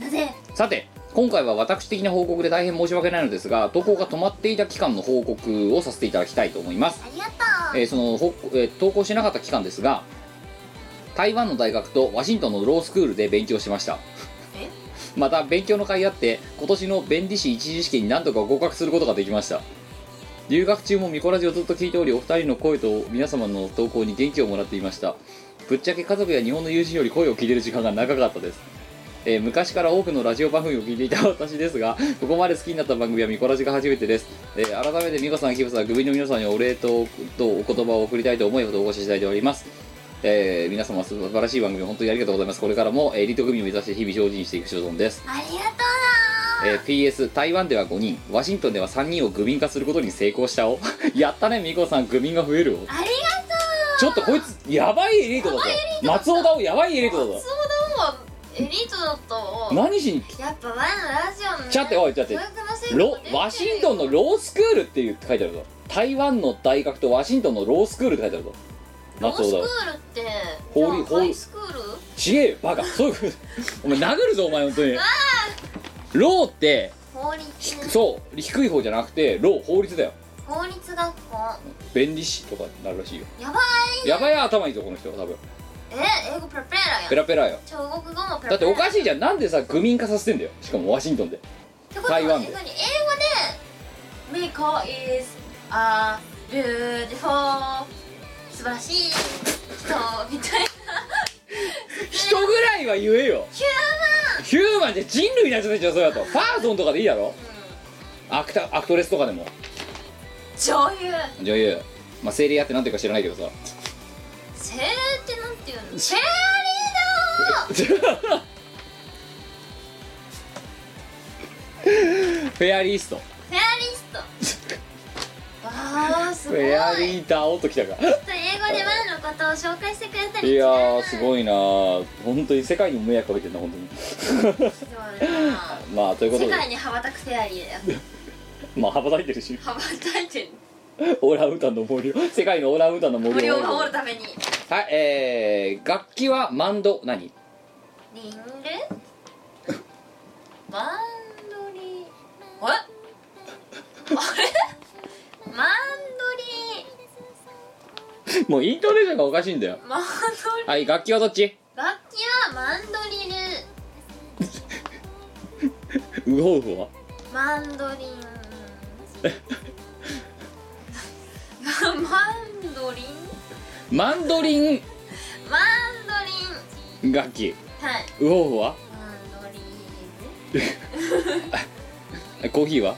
S7: なぜ
S1: さて今回は私的な報告で大変申し訳ないのですが投稿が止まっていた期間の報告をさせていただきたいと思います
S2: ありがとう
S1: えーそのほ、えー投稿しなかった期間ですが台湾の大学とワシントンのロースクールで勉強しました
S7: え
S1: また勉強の会あって今年の弁理士一次試験に何とか合格することができました留学中もミコラジをずっと聞いておりお二人の声と皆様の投稿に元気をもらっていましたぶっちゃけ家族や日本の友人より声を聞いてる時間が長かったですえー昔から多くのラジオ番組を聞いていた私ですがここまで好きになった番組はミコラジが初めてです、えー改めて美子さんキムさんグビの皆さんにお礼ととお言葉を送りたいと思いを投稿していただいておりますえー皆様素晴らしい番組本当にありがとうございますこれからも、えー、リト組を目指して日々精進していく所存です、
S2: ありがとう
S1: えー PS 台湾では5人ワシントンでは3人を愚民化することに成功したお やったね美子さん愚民が増えるお
S2: なありが
S1: ちょっとこいつやばいエリートだぞ松尾だおやばいエリートだぞ
S7: そうだはエリートだったわ
S1: 何しに
S2: とうやっぱ前のラジオのね
S1: ちょっと待っておいちょっと待っ
S2: 教育の成
S1: ロ
S2: 果
S1: ワシントンのロースクールっていうって書いてあるぞ台湾の大学とワシントンのロースクールって書いてあるぞ
S7: ロー
S1: 松尾
S7: ス
S1: だ
S7: ク
S1: お
S7: ールって
S1: 法律法律
S7: じゃあハイスクール
S1: ちげえよバカそういうことお前殴るぞお前本当にローって
S2: 法律
S1: ひそう低い方じゃなくてロー法律だよ
S2: 法律学校
S1: 弁理士とかになるらしいよ
S7: やばい
S1: やばい頭いいぞこの人多分
S7: え英語ペラペラやん
S1: ペラペラよ
S7: 中国語もペ
S1: だ
S7: ラ
S1: って
S7: ペラ
S1: おかしいじゃんなんでさ愚民化させてんだよしかもワシントンで
S7: ってことは
S1: 台湾で
S7: 英語で「メイコ is a beautiful 素晴らしい人」みたい
S1: 人ぐらいは言えよヒューマンヒューマンじゃ人類になっちゃってんじゃんそれだとファーゾンとかでいいだろアクタアクトレスとかでも
S7: な女優
S1: 女優まあ生理屋ってなんていうか知らないけどさ
S7: 精霊ってなんていうの精霊
S1: フェアリースト
S7: フェアリストわあす
S1: フ
S7: ごい
S1: ェアリータオときたか
S7: ちょっと英語で前のことを紹介してくれたり
S1: いやーす
S7: い
S1: ごいなー本当に世界にも迷惑かけてんな本当にまあということ
S7: 世
S1: で
S7: 界に羽ばたくフェアリーだよ
S1: まあ羽ばたいてるし
S7: 羽ばたいてる
S1: オーランウータンの森を世界のオーランウータンの森を
S7: 森を守るために
S1: はいえー、楽器はマンド何
S7: リンルマンドリえあれマンド
S1: もうイントネーションがおかしいんだよ
S7: リマンドリ
S1: はい楽器はどっち
S7: 楽器はマンドリル
S1: ウホウホは
S7: マンドリンマンドリン
S1: マンドリ
S7: マンドリ
S1: ン楽器
S7: ンはい
S1: ウホウホは
S7: マンドリン
S1: コーヒーは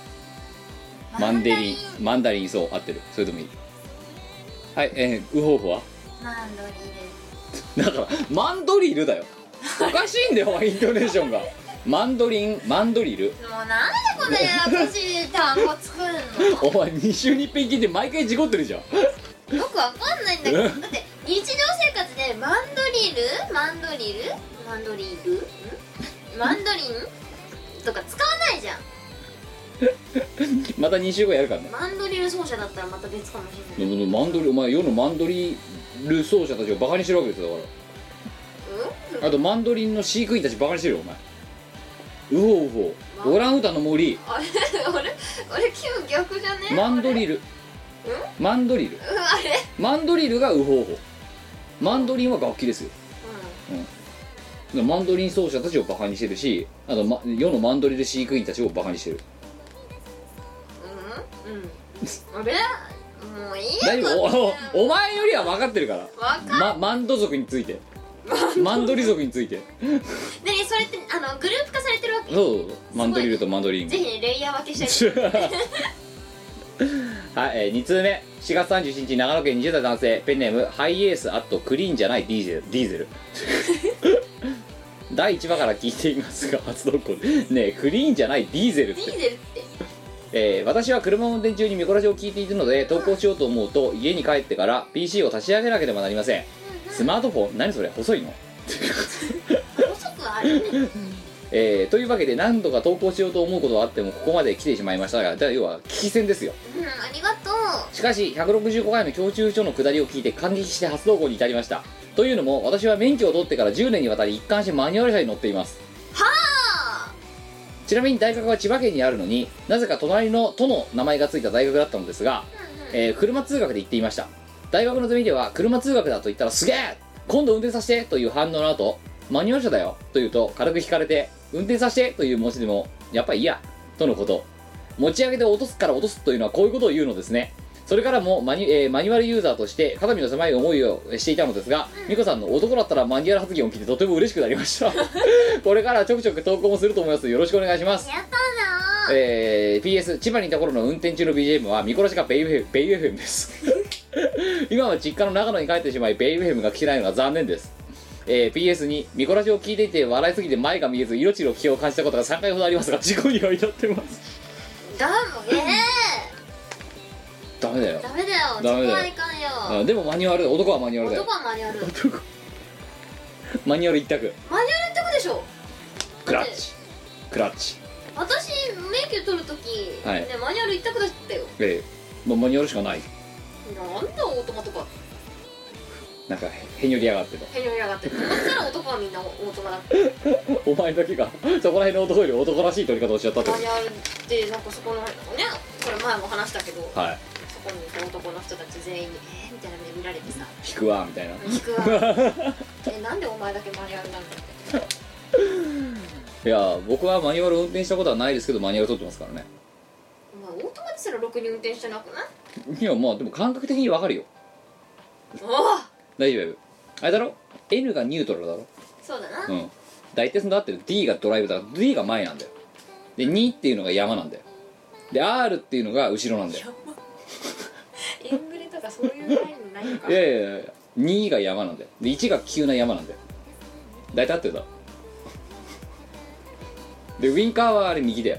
S1: マンデリンマンダリンそう合ってるそれでもいいはいえー、ウホウホは
S7: マンドリル
S1: だからマンドリルだよおかしいんだよお前イントネーションがマンドリンマンドリル
S7: もうなんでこんなややこしい単語作るの
S1: お前2週に1遍聞いて毎回事故ってるじゃん
S7: よくわかんないんだけどだって日常生活でマンドリルマンドリルマンドリルんマンドリンとか使わないじゃん
S1: また2週後やるからね
S7: マンドリル奏者だったらまた別かもしれ
S1: で
S7: ない
S1: もマンドリお前世のマンドリル奏者たちをバカにしてるわけですよだか
S7: うん
S1: らあとマンドリンの飼育員たちバカにしてるよお前ウホウホオランウータンの森
S7: あれ あれあれ旧逆じゃね
S1: マンドリルマンドリル
S7: うんあれ
S1: マンドリルがウホウホマンドリンは楽器ですよマンドリン奏者たちをバカにしてるしあと、ま、世のマンドリル飼育員たちをバカにしてる
S7: うんうんうんあれもういいよ
S1: 大丈夫おお前よりは分かってるから
S7: わか
S1: ま、マンド族についてマンドリ族について
S7: でそれってあのグループ化されてるわけ
S1: そうそうそうマンドリルとマンドリング
S7: ぜひねレイヤー分 けして
S1: はい、えー、2通目4月31日長野県20代男性ペンネームハイエースアットクリーンじゃないディーゼルディーゼル 第1話から聞いていますが初投稿ねえクリーンじゃないディーゼルっ
S7: ディ
S1: て
S7: ーゼルって
S1: えー私は車を運転中にミコラジを聞いているので投稿しようと思うと家に帰ってから PC を立ち上げなければなりませんスマートフォン何それ細いの、
S7: 細くはあるよね
S1: えーというわけで何度か投稿しようと思うことはあってもここまで来てしまいましたがだから要は危機戦ですよ
S7: うんありがとう
S1: しかし165回の教習所の下りを聞いて感激して初投稿に至りましたというのも私は免許を取ってから10年にわたり一貫してマニュアル車に乗っています
S7: あ
S1: ちなみに大学は千葉県にあるのになぜか隣の都の名前がついた大学だったのですが、えー車通学で行っていました大学のゼミでは車通学だと言ったらすげえ今度運転させてという反応の後マニュアル車だよというと軽く引かれて運転させてという文字でもやっぱいいやとのこと持ち上げて落とすから落とすというのはこういうことを言うのですねそれからもマニ,、えーマニュアルユーザーとして肩身の狭い思いをしていたのですが、美子さんの男だったらマニュアル発言を聞いてとても嬉しくなりました これからちょくちょく投稿もすると思いますよろしくお願いします
S7: やったな
S1: えー PS 千葉にいた頃の運転中の BGM は見殺しかベイウェフベイウェフェムです 今は実家の長野に帰ってしまいベイウェフェムが聞けないのが残念です、えー PS に見殺しを聞いていて笑いすぎて前が見えず色白の危険を感じたことが3回ほどありますが事故には至ってます
S7: だもんね
S1: ダメだよ
S7: ダメだよ
S1: ダメだよ
S7: そこはいかんよ
S1: うんでもマニュアル男はマニュアルだよ
S7: 男はマニュアルマニュアル
S1: 男マニュアル一択
S7: ってことでしょ
S1: クラッチクラッチ
S7: 私免許取るとき、
S1: はい
S7: ね、マニュアル一択だったよ
S1: ええまあマニュアルしかない
S7: なんだオートマとか
S1: なんかへにょりやがってと
S7: へにょり やがってこんな男はみんなオートマだっ
S1: お前だけがそこら辺の男より男らしい取り方をしちゃったと
S7: マニュアルってなんかそこのねこれ前も話したけど、
S1: はい
S7: そこにいた男の人たち全員に「えー、みたいな目見られてさ
S1: 引くわみたいな
S7: 聞くわえなんでお前だけマニュアルなんだって
S1: いや僕はマニュアル運転したことはないですけどマニュアル取ってますからね
S7: お前オートマですらろくに運転してなくない
S1: いやまあでも感覚的にわかるよ
S7: おお
S1: 大丈夫あれだろ N がニュートラルだろ
S7: そうだな、
S1: うん大体そのだってる D がドライブだから D が前なんだよで2っていうのが山なんだよで R っていうのが後ろなんだよ
S7: イングレとかそういうラインないのか
S1: いやいやいやいや2が山なんだよで1が急な山なんだよ大体合って るだろでウィンカーはあれ右だよ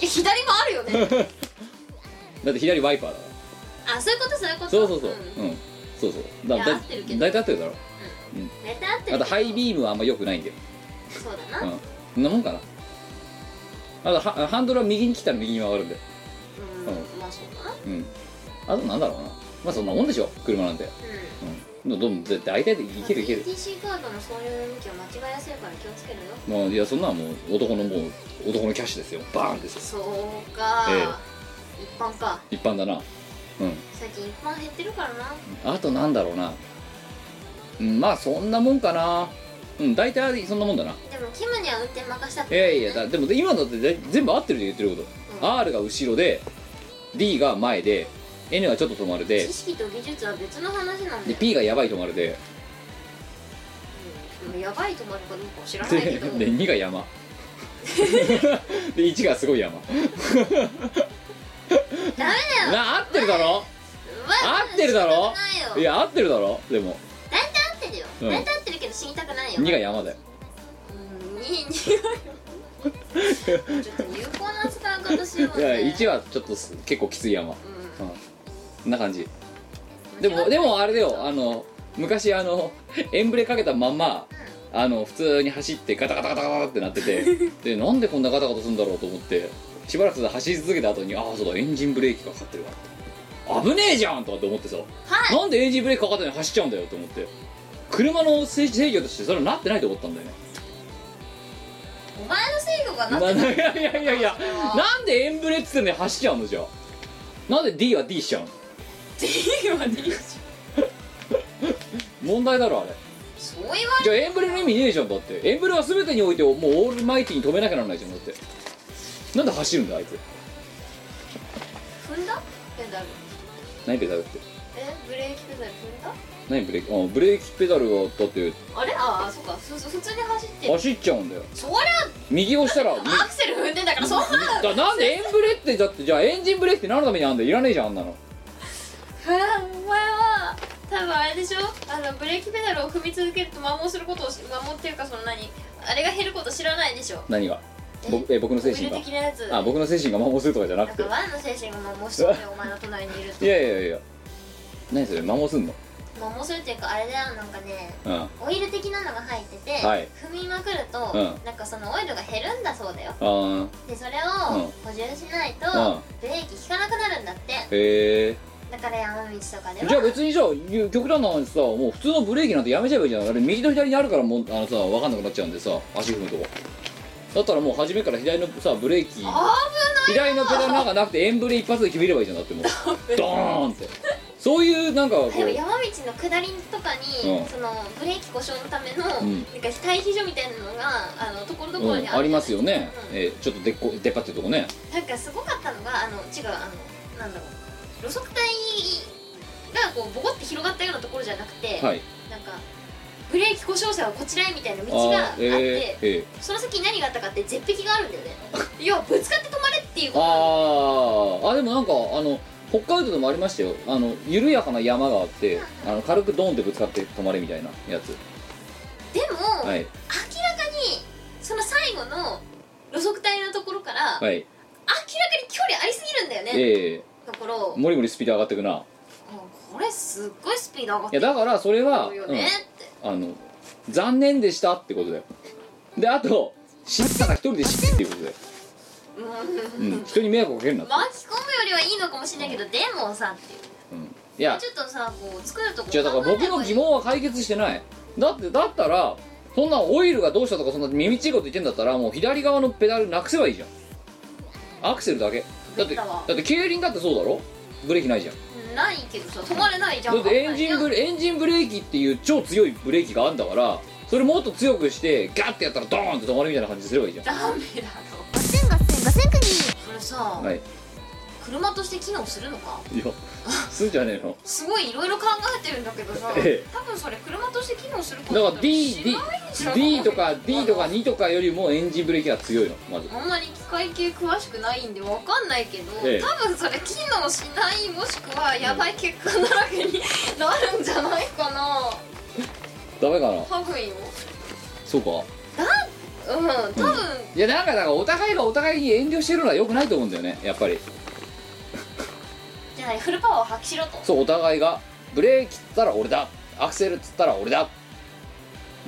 S7: いや左もあるよ ね
S1: だって左ワイパーだから
S7: あそういうことそういうこと
S1: そうそうそう
S7: うん
S1: うん、そうそうだ
S7: いや合ってるけど
S1: 大体合ってるだろ
S7: 大体合ってるけ
S1: あ と
S7: ど
S1: ハイビームはあんま良くないんだよ
S7: そうだな、
S1: う
S7: うん
S1: んそんなもんかなあとはハンドルは右に切ったら右に曲がるんだよ
S7: まあそうだなうん
S1: うんあとなんだろうなまあそんなもんでしょ車なんてうんでもどん絶対相手でいけるいける
S7: TC カードのそういう向きを間違えやすいから気をつけるよ
S1: まあいやそんなのはもう男のもう男のキャッシュですよバーンですよ
S7: そうか、
S1: え
S7: 一般か
S1: 一般だなうん
S7: 最近一般減ってるからな
S1: あとなんだろうなうんまあそんなもんかなうん大体そんなもんだな
S7: でもキムには運転任したっ
S1: いやいやだでも今のだってぜ全部合ってるで言ってること、
S7: う
S1: R が後ろで D が前で N がちょっと止まるで
S7: 知識と技術は別の話なんだ
S1: で
S7: よ
S1: P がやばい止まるで
S7: うんやばいとまるかどうかは知らない
S1: で
S7: け
S1: で
S7: ど
S1: 2が 山で1がすごい山
S7: ダメだよ
S1: な合ってるだろ
S7: わ
S1: 合ってるだろ
S7: 死にたくないいよ
S1: や合ってるだろでも
S7: 大体合ってるよ
S1: うん
S7: 大体合ってるけど死にたくないよ
S1: 2が山だよ
S7: うん2はよちょっと有効な使い方しよう
S1: いや
S7: ね
S1: 1はちょっとす結構きつい山う
S7: うん
S1: んこんな感じでもでもあれだよあの昔あの エンブレかけたまんまあの普通に走ってガタガタガタガタってなってて でなんでこんなガタガタするんだろうと思ってしばらく走り続けた後にああそうだエンジンブレーキがかかってるわ危ねえじゃんとかって思ってさ、なんでエンジンブレーキかかったのに走っちゃうんだよと思って車の制制御としてそれはなってないと思ったんだよね
S7: お前の制御がな
S1: な
S7: って
S1: いやいやいやいやなんでエンブレっつってんのに走っちゃうのじゃあなんで D は D しちゃうの
S7: D は D
S1: 問題だろあれ
S7: そう言われ
S1: じゃあエンブレの意味ねえじゃんだってエンブレは全てにおいてもうオールマイティに止めなきゃならないじゃんだってなんで走るんだあいつ
S7: 踏んだペダル
S1: 何ペダルって
S7: えブレーキペダル踏んだ
S1: 何ブレーキあブレーキペダルをだって
S7: あれああそっかふ普通に走ってる
S1: 走っちゃうんだよ
S7: そりゃ
S1: 右押したらみ
S7: アクセル踏んでんだからそんな
S1: だなんでエンブレってだってじゃあエンジンブレーキって何のためにあんだよいらねえじゃんあんなの
S7: えーお前は多分あれでしょあのブレーキペダルを踏み続けると摩耗することをし摩耗っていうかその何あれが減ること知らないでしょ
S1: 何が僕え僕の精
S7: 僕
S1: 神が
S7: 的なやつ
S1: あ僕の精神が摩耗するとかじゃな
S7: だ
S1: く
S7: か
S1: て
S7: らワンの精神が摩耗してるよお前の隣にいると
S1: いやいやいや何それ摩耗すんの
S7: 摩耗するっていうかあれだよなんかね
S1: うんあ
S7: オイル的なのが入ってて、
S1: はい
S7: 踏みまくると、
S1: うん
S7: なんかそのオイルが減るんだそうだよ
S1: ー
S7: でそれ
S1: うん
S7: を補充しないと、
S1: うん
S7: ブレーキ効かなくなるんだって
S1: へえ
S7: だから山道とかでは
S1: じゃあ別にさゆ極端な話さもう普通のブレーキなんてやめちゃえばいいじゃんあれ右と左にあるからもうあのさ分かんなくなっちゃうんでさ足踏むとこだったらもう初めから左のさブレーキ左のペダルなんかなくてエンブレ一発で決めればいいじゃんだってもうドーンってそういうなんかこ
S7: でも
S1: う
S7: 山道の下りとかに、
S1: うん
S7: そのブレーキ故障のための、
S1: うん
S7: なんか待避所みたいなのがあのところどころ
S1: う
S7: に
S1: ん、
S7: あ,、
S1: ありますよね、
S7: うん
S1: えーちょっとでっこ出っ張ってるとこね
S7: なんかすごかったのがあの違うあのなんだろう路側帯がこうボコって広がったようなところじゃなくて、
S1: はい
S7: なんかブレーキ故障者はこちらへみたいな道
S1: あ
S7: があっ
S1: ー
S7: て、
S1: えー、え
S7: その先に何があったかって絶壁があるん だよね要はぶつかって止まれっていう
S1: ー、
S7: ことなの
S1: あーあでもなんかあの北海道でもありましたよあの緩やかな山があってあの軽くドーンってぶつかって止まれみたいなやつ
S7: でも、
S1: はい
S7: 明らかにその最後の路側帯のところから、明らか
S1: は
S7: に
S1: い
S7: 距離ありすぎるんだよね、
S1: え
S7: ところ
S1: えもりもりスピード上がってくない
S7: もうこれすっごいスピード上がっ
S1: い
S7: て
S1: や
S7: る
S1: だからそれは、
S7: よねって、
S1: うん、あの残念でしたってことだよであと死んだら一人で死ぬっていうことだよ、
S7: うん
S1: うん、人に迷惑をかけるなって、
S7: 巻き込むよりはいいのかもしれないけどでもさっていう
S1: うん、いや
S7: ちょっとさこう作るとこ
S1: 違うだから僕の疑問は解決してないだってだったらそんなオイルがどうしたとかそんな耳ちいこと言ってんだったらもう左側のペダルなくせばいいじゃんアクセルだけだって
S7: だわ
S1: だって競輪だってそうだろブレーキないじゃん
S7: ないけどさ止まれないじゃん
S1: だってエンジンブレエンジンブレーキっていう超強いブレーキがあるんだからそれもっと強くしてガッてやったらドーンって止まるみたいな感じにすればいいじゃん
S7: ダメだろ
S3: ガセンガセンガセンクニー
S7: これさ、
S1: はい
S7: 車として機能するのか
S1: いやすんじゃねえの
S7: すごいいろいろ考えてるんだけどさ、
S1: ええ
S7: 多分それ車として機能すること
S1: だから
S7: 知
S1: D, D,
S7: らないんじゃない
S1: D とか D とか2とかよりもエンジンブレーキが強いのまず
S7: あんまり機械系詳しくないんでわかんないけど、
S1: ええ
S7: 多分それ機能しないもしくはやばい結果だらけになるんじゃないかな
S1: ダメかな
S7: 多分よ
S1: そうか
S7: うん多分、
S1: いやなんかだからお互いがお互いに遠慮してるのは良くないと思うんだよねやっぱり
S7: じゃないフルパワーを発揮しろと
S1: そうお互いがブレーキっつったら俺だアクセルっつったら俺だ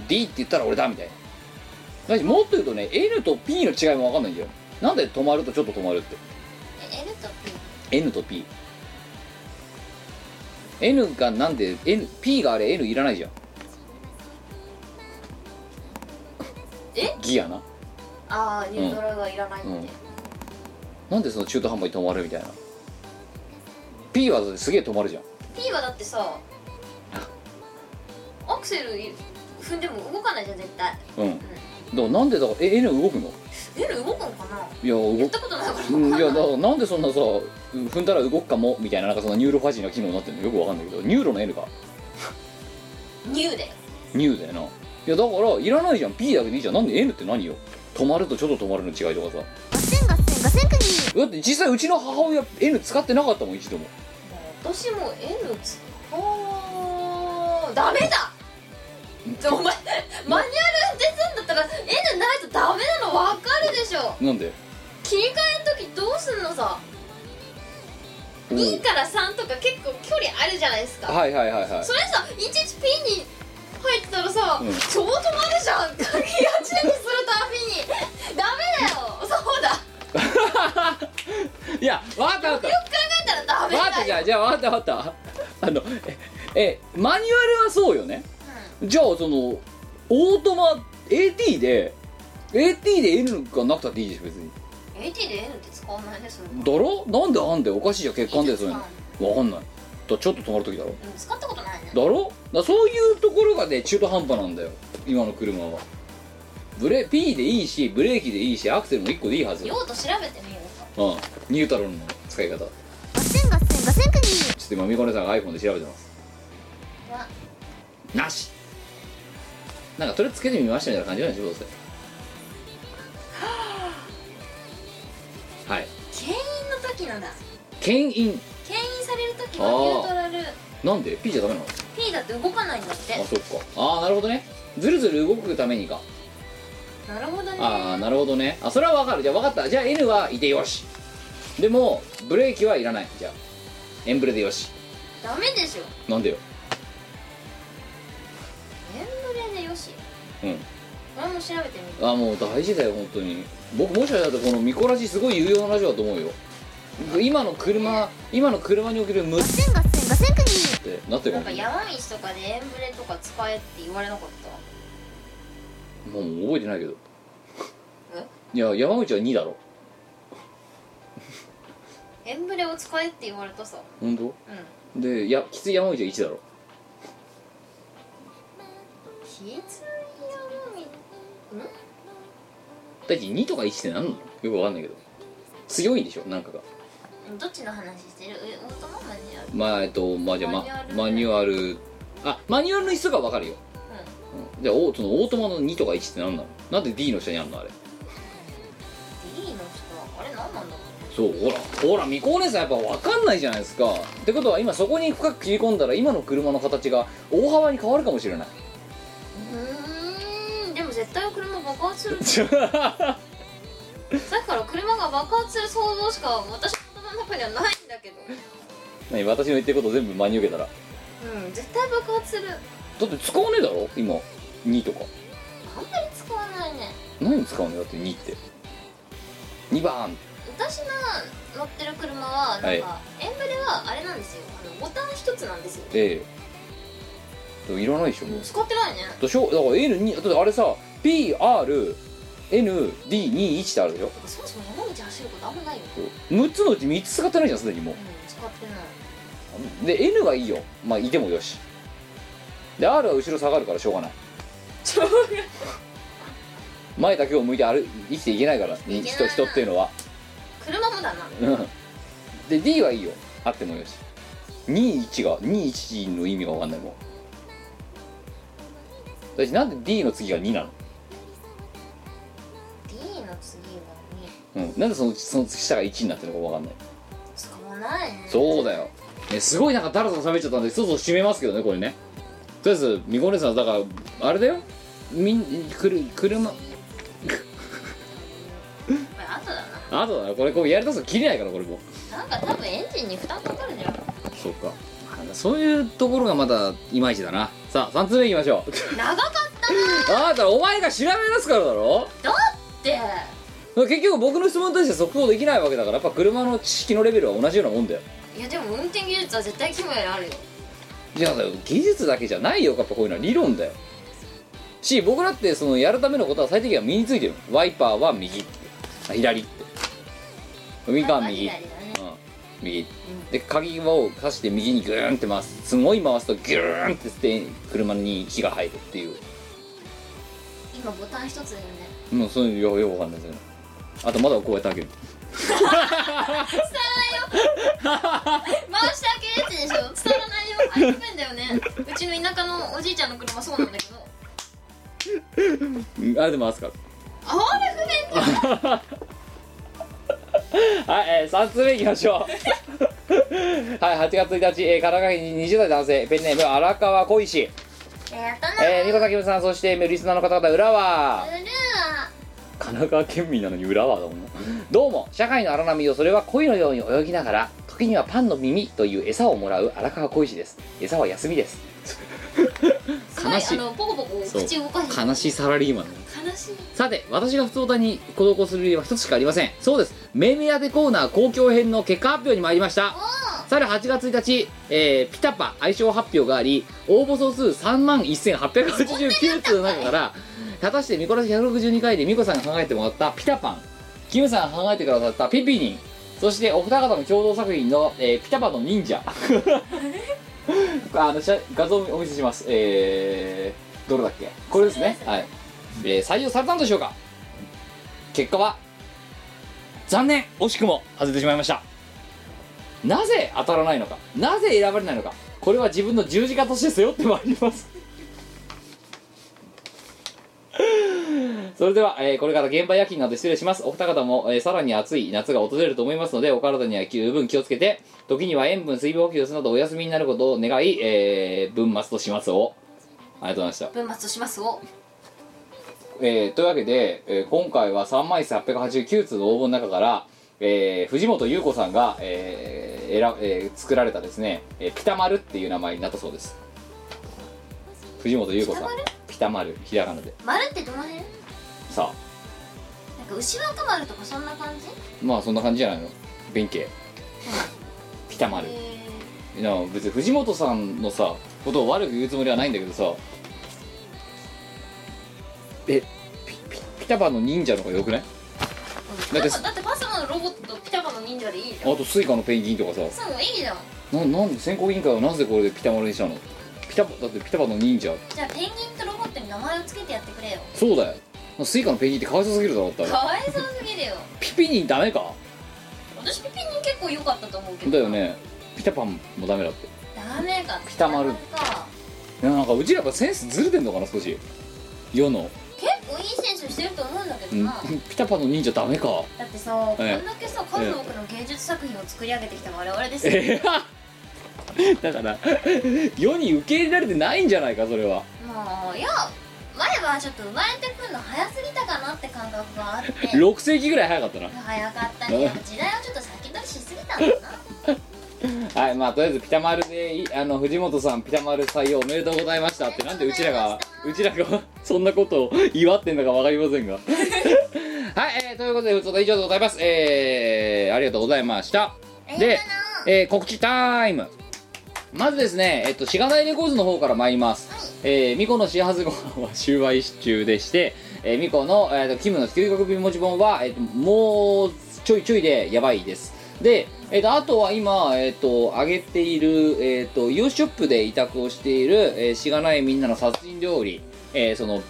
S1: D って言ったら俺だみたいなだしもっと言うとね N と P の違いも分かんないんだよなんで止まるとちょっと止まるって
S7: え L と P
S1: N と P N がなんで N P があれ N いらないじゃん
S7: え
S1: ギアな
S7: ああニュートラルはいらないって、
S1: うんうんなんでその中途半端に止まるみたいな P はだってすげえ止まるじゃん
S7: P はだってさアクセル踏んでも動かないじゃん絶対
S1: うんだからなんでだからえ N 動くの
S7: L 動くのかない
S1: や
S7: や
S1: 動
S7: ったことないから
S1: うんいやだからなんでそんなさうん踏んだら動くかもみたいななんかそのニューロファジーな機能になってるのよくわかんないけどニューロの N か
S7: ニューで
S1: ニューだよないやだからいらないじゃん P だけでいいじゃんなんで N って何よ止まるとちょっと止まるの違いとかさ
S3: ガセンガセンガセンクニー
S1: だって実際うちの母親 N 使ってなかったもん一度も
S7: 私も N つおーダメだお前 マニュアル運転するんだったら N ないとダメなの分かるでしょ
S1: なんで
S7: 切り替えの時どうすんのさ
S1: おう
S7: 2から3とか結構距離あるじゃないですか
S1: はいはいはいはい
S7: それさいちいちピンに入ってたらさ、
S1: うん
S7: 超止まるじゃん鍵がチェンジするたびにダメだよそうだ
S1: いやわかったわかっ
S7: 考えたらダ
S1: た
S7: メ
S1: わかった
S7: だ
S1: じ
S7: よ
S1: ゃあじゃあわかったわかったあのええマニュアルはそうよね、じゃあそのオートマ AT で AT で N がなくたっていいでしょ別に
S7: AT で N って使わないねそれ
S1: だろなんであんだよおかしいじゃん欠陥だよそういう
S7: いつ
S1: のわかんないだちょっと止まる時だろ
S7: うん使ったことないね
S1: だろだそういうところがね中途半端なんだよ今の車はブレ P でいいしブレーキでいいしアクセルも1個でいいはず
S7: 用途調べてみようか
S1: うんニュータロンの使い方
S3: ガセンガセン
S2: ませんかに
S1: ちょっと今みこねさんが iPhone で調べてます
S2: わ
S1: なしなんかとりあえずつけてみましたみたいな感じなんでしょどうせはい
S7: 牽引の時のだ
S1: 牽引
S7: 牽引される時はニュートラル
S1: なんで P じゃダメなの
S7: P だって動かないんだって
S1: あそっかああなるほどねずるずる動くためにか
S7: なるほどね
S1: ああなるほどねあそれはわかるじゃあ分かったじゃあ N はいてよしでもブレーキはいらないじゃあエンブレでよし
S7: ダメでしょ
S1: なんでよ
S7: エンブレでよし
S1: うん
S7: 俺も調べてみる
S1: あもう大事だよ本当に僕もしかしたらこのミコラジすごい有用なラジオだと思うよ今の車今の車における無っ
S2: 千五千五千国
S1: てなってるか
S7: なん
S1: も
S7: か
S1: しれ
S7: 山道とかでエンブレとか使えって言われなかった
S1: もう覚えてないけど
S7: え
S1: いや山口は2だろ
S7: エンブレを使えって言われたさ
S1: 本当
S7: うん
S1: でいやきつい山口は1だろ
S7: きつい山道ん
S1: だって2とか1って何なのよくわかんないけど強いんでしょなんかが
S7: どっちの話してるえオートママニュアル
S1: まあえっとまあじゃあまマ
S7: マ
S1: ニ
S7: ニ
S1: ュアルあマニュアルの質がわかるよ、うんじゃあおそのオートマの2とか1って何なのなんで D の下にあんのあれ
S7: D の人あれ何なんだろ
S1: そうほらほら未婚姉さんやっぱ分かんないじゃないですかってことは今そこに深く切り込んだら今の車の形が大幅に変わるかもしれない
S7: ううーんでも絶対車爆発する だから車が爆発する想像しか私の頭の中にはないんだけど
S1: 何私の言ってること全部真に受けたらだ
S7: うん絶対爆発する
S1: って使わねえだろ今2とか
S7: あんまり使わないね
S1: 何に使うのだって2って2番
S7: 私の乗ってる車はなんか、
S1: はい
S7: エンブレはあれなんですよあのボタン一つなんですよ
S1: ええでもいらないでしょもう
S7: 使ってないね
S1: でしょだから N2 だってあれさ PRND21 ってあるでしょ
S7: てかそもそも山道走ることあんまないよね
S1: 6つのうち3つ使ってないじゃんすでにもう
S7: うん使ってない
S1: で N はいいよまあいてもよしで R は後ろ下がるからしょうがない
S7: しょう
S1: 前だけを向いて歩い生きていけないから人人人っていうのは
S7: 車もだな
S1: うんで D はいいよあってもよし21が21の意味が分かんないもん私なんで D の次が2なの、
S7: D の次はね
S1: うん、なんでそのその下が1になってるのか分かんない
S7: 使わないね
S1: そうだよ、ね、すごいなんかダラダラ喋っちゃったんでそろそろ締めますけどねこれねとりあえずみこねさんだからあれだよみんくる車
S7: これ後だ
S1: あとだなこれこうやりだすと切れないからこれも
S7: ななんか多分エンジンに負担かかるんじゃん
S1: そうかそういうところがまだいまいちだなさあ3つ目いきまし ょう
S7: 長かったな
S1: あなたお前が調べ出すからだろ
S7: だって
S1: 結局僕の質問に対して即答できないわけだからやっぱ車の知識のレベルは同じようなもんだよ
S7: いやでも運転技術は絶対キムよりあるよ
S1: いやだよ技術だけじゃないよやっぱこういうのは理論だよし僕だってそのやるためのことは最適は身についてるワイパーは右あ左って海側は右、うん
S7: 左だね、
S1: 右で鍵を刺して右にグーンって回すすごい回すとギューンってして車に火が入るっていう
S7: 今ボタン一つだよね
S1: もうそういうよよくわかんないですよねあとまだこうやって開ける
S7: 回して開けるやつでしょ伝わらないよあれ不便だよねうちの田舎のおじいちゃんの車そうなんだけど
S1: うんあれで回すから
S7: あれ不便だよ
S1: はい、えー、3つ目いきましょう はい8月1日、えー、神奈川県20代男性ペンネーム荒川小石
S2: やったな
S1: えー、ニコ
S2: う
S1: タキムさんそしてリスナーの方々浦和
S2: るわ
S1: 神奈川県民なのに浦和だもんなどうも社会の荒波をそれは鯉のように泳ぎながら時にはパンの耳という餌をもらう荒川小石です餌は休みです
S7: すごい
S1: 悲し
S7: あ
S1: い
S7: のポコポコ口動かして
S1: 悲しいサラリーマンだね
S7: 悲しい
S1: さて私が普通歌に行動する理由は一つしかありませんそうです命名当てコーナー公共編の結果発表に参りましたさる8月1日、えーピタパ愛称発表があり応募総数3万1889通の中から果たしてミコラス162回でミコさんが考えてもらったピタパンキムさんが考えてくださったピピニンそしてお二方の共同作品の、えーピタパの忍者 あの写画像をお見せしますえー、どれだっけこれですねはい、えー採用されたんでしょうか結果は残念惜しくも外れてしまいましたなぜ当たらないのかなぜ選ばれないのかこれは自分の十字架として背負ってまいりますそれでは、えーこれから現場夜勤など失礼しますお二方も、えーさらに暑い夏が訪れると思いますのでお体には十分気をつけて時には塩分水分補給するなどお休みになることを願い、えー、文末と始末をありがとうございました
S7: 文末としますを
S1: えーというわけで、えー今回は3枚数889通の応募の中から、えー藤本優子さんが、えー選えー作られたですね、えーピタマルっていう名前になったそうです藤本優子さん
S7: ピタマル
S1: ピタマルひらがなで
S7: 丸ってどの辺なん
S1: さあ
S7: か牛若丸とかそんな感じ
S1: まあそんな感じじゃないの弁慶ピタマル
S7: えー
S1: いや別に藤本さんのさことを悪く言うつもりはないんだけどさえピピピタパの忍者の方がよくないだ
S7: だ
S1: っ
S7: っててだってパスモのロボットとピタパの忍者でいいじ
S1: あ
S7: ゃん
S1: とスイカのペンギンとかさ
S7: そうもういいじゃん
S1: ななんで選考委員会はなぜこれでピタマルにしたのピタだってピタパの忍者
S7: じゃあペンギンとロボットに名前をつけてやってくれよ
S1: そうだよスイカのペンギンってかわいそうすぎるだろだったら
S7: かわいそうすぎるよ
S1: ピピニンダメか
S7: 私ピピン結構良かったと思うけど
S1: だよねピタパンもダメだって
S7: ダメか
S1: ピタマル
S7: ピタマルか
S1: いやなんかうちらやっぱセンスずれてんのかな少し世の、
S7: 結構いい選手してると思うんだけ
S1: う
S7: ど
S1: ん
S7: な、
S1: ピタパの忍者ダメか
S7: だってさ、
S1: ええ
S7: こんだけさ数多くの芸術作品を作り上げてきた我々ですよ、
S1: えー だから世に受け入れられてないんじゃないかそれは
S7: もういや前はちょっと生まれてくるの早すぎたかなって感覚があって
S1: 6世紀ぐらい早かったな
S7: 早かったねやっぱ時代をちょっと先取りしすぎたんだな
S1: はいまあとりあえずピタマルでいあの藤本さんピタマル採用おめでとうございましたってなんでうちらがうちらが そんなことを祝ってんのかわかりませんがはい、えーということでちょっと以上でございますえー、ありがとうございましたで、えー告知タイムまずですね、えっと、しがないレコーズの方から参ります。えー、ミコの幸せご飯は終売中でして、えー、ミコの、えーと、キムの究極美文字本は、えっと、もう、ちょいちょいでやばいです。で、えっと、あとは今、えっと、上げている、えっと、ユーショップで委託をしている、えー、しがないみんなの殺人料理、えーその、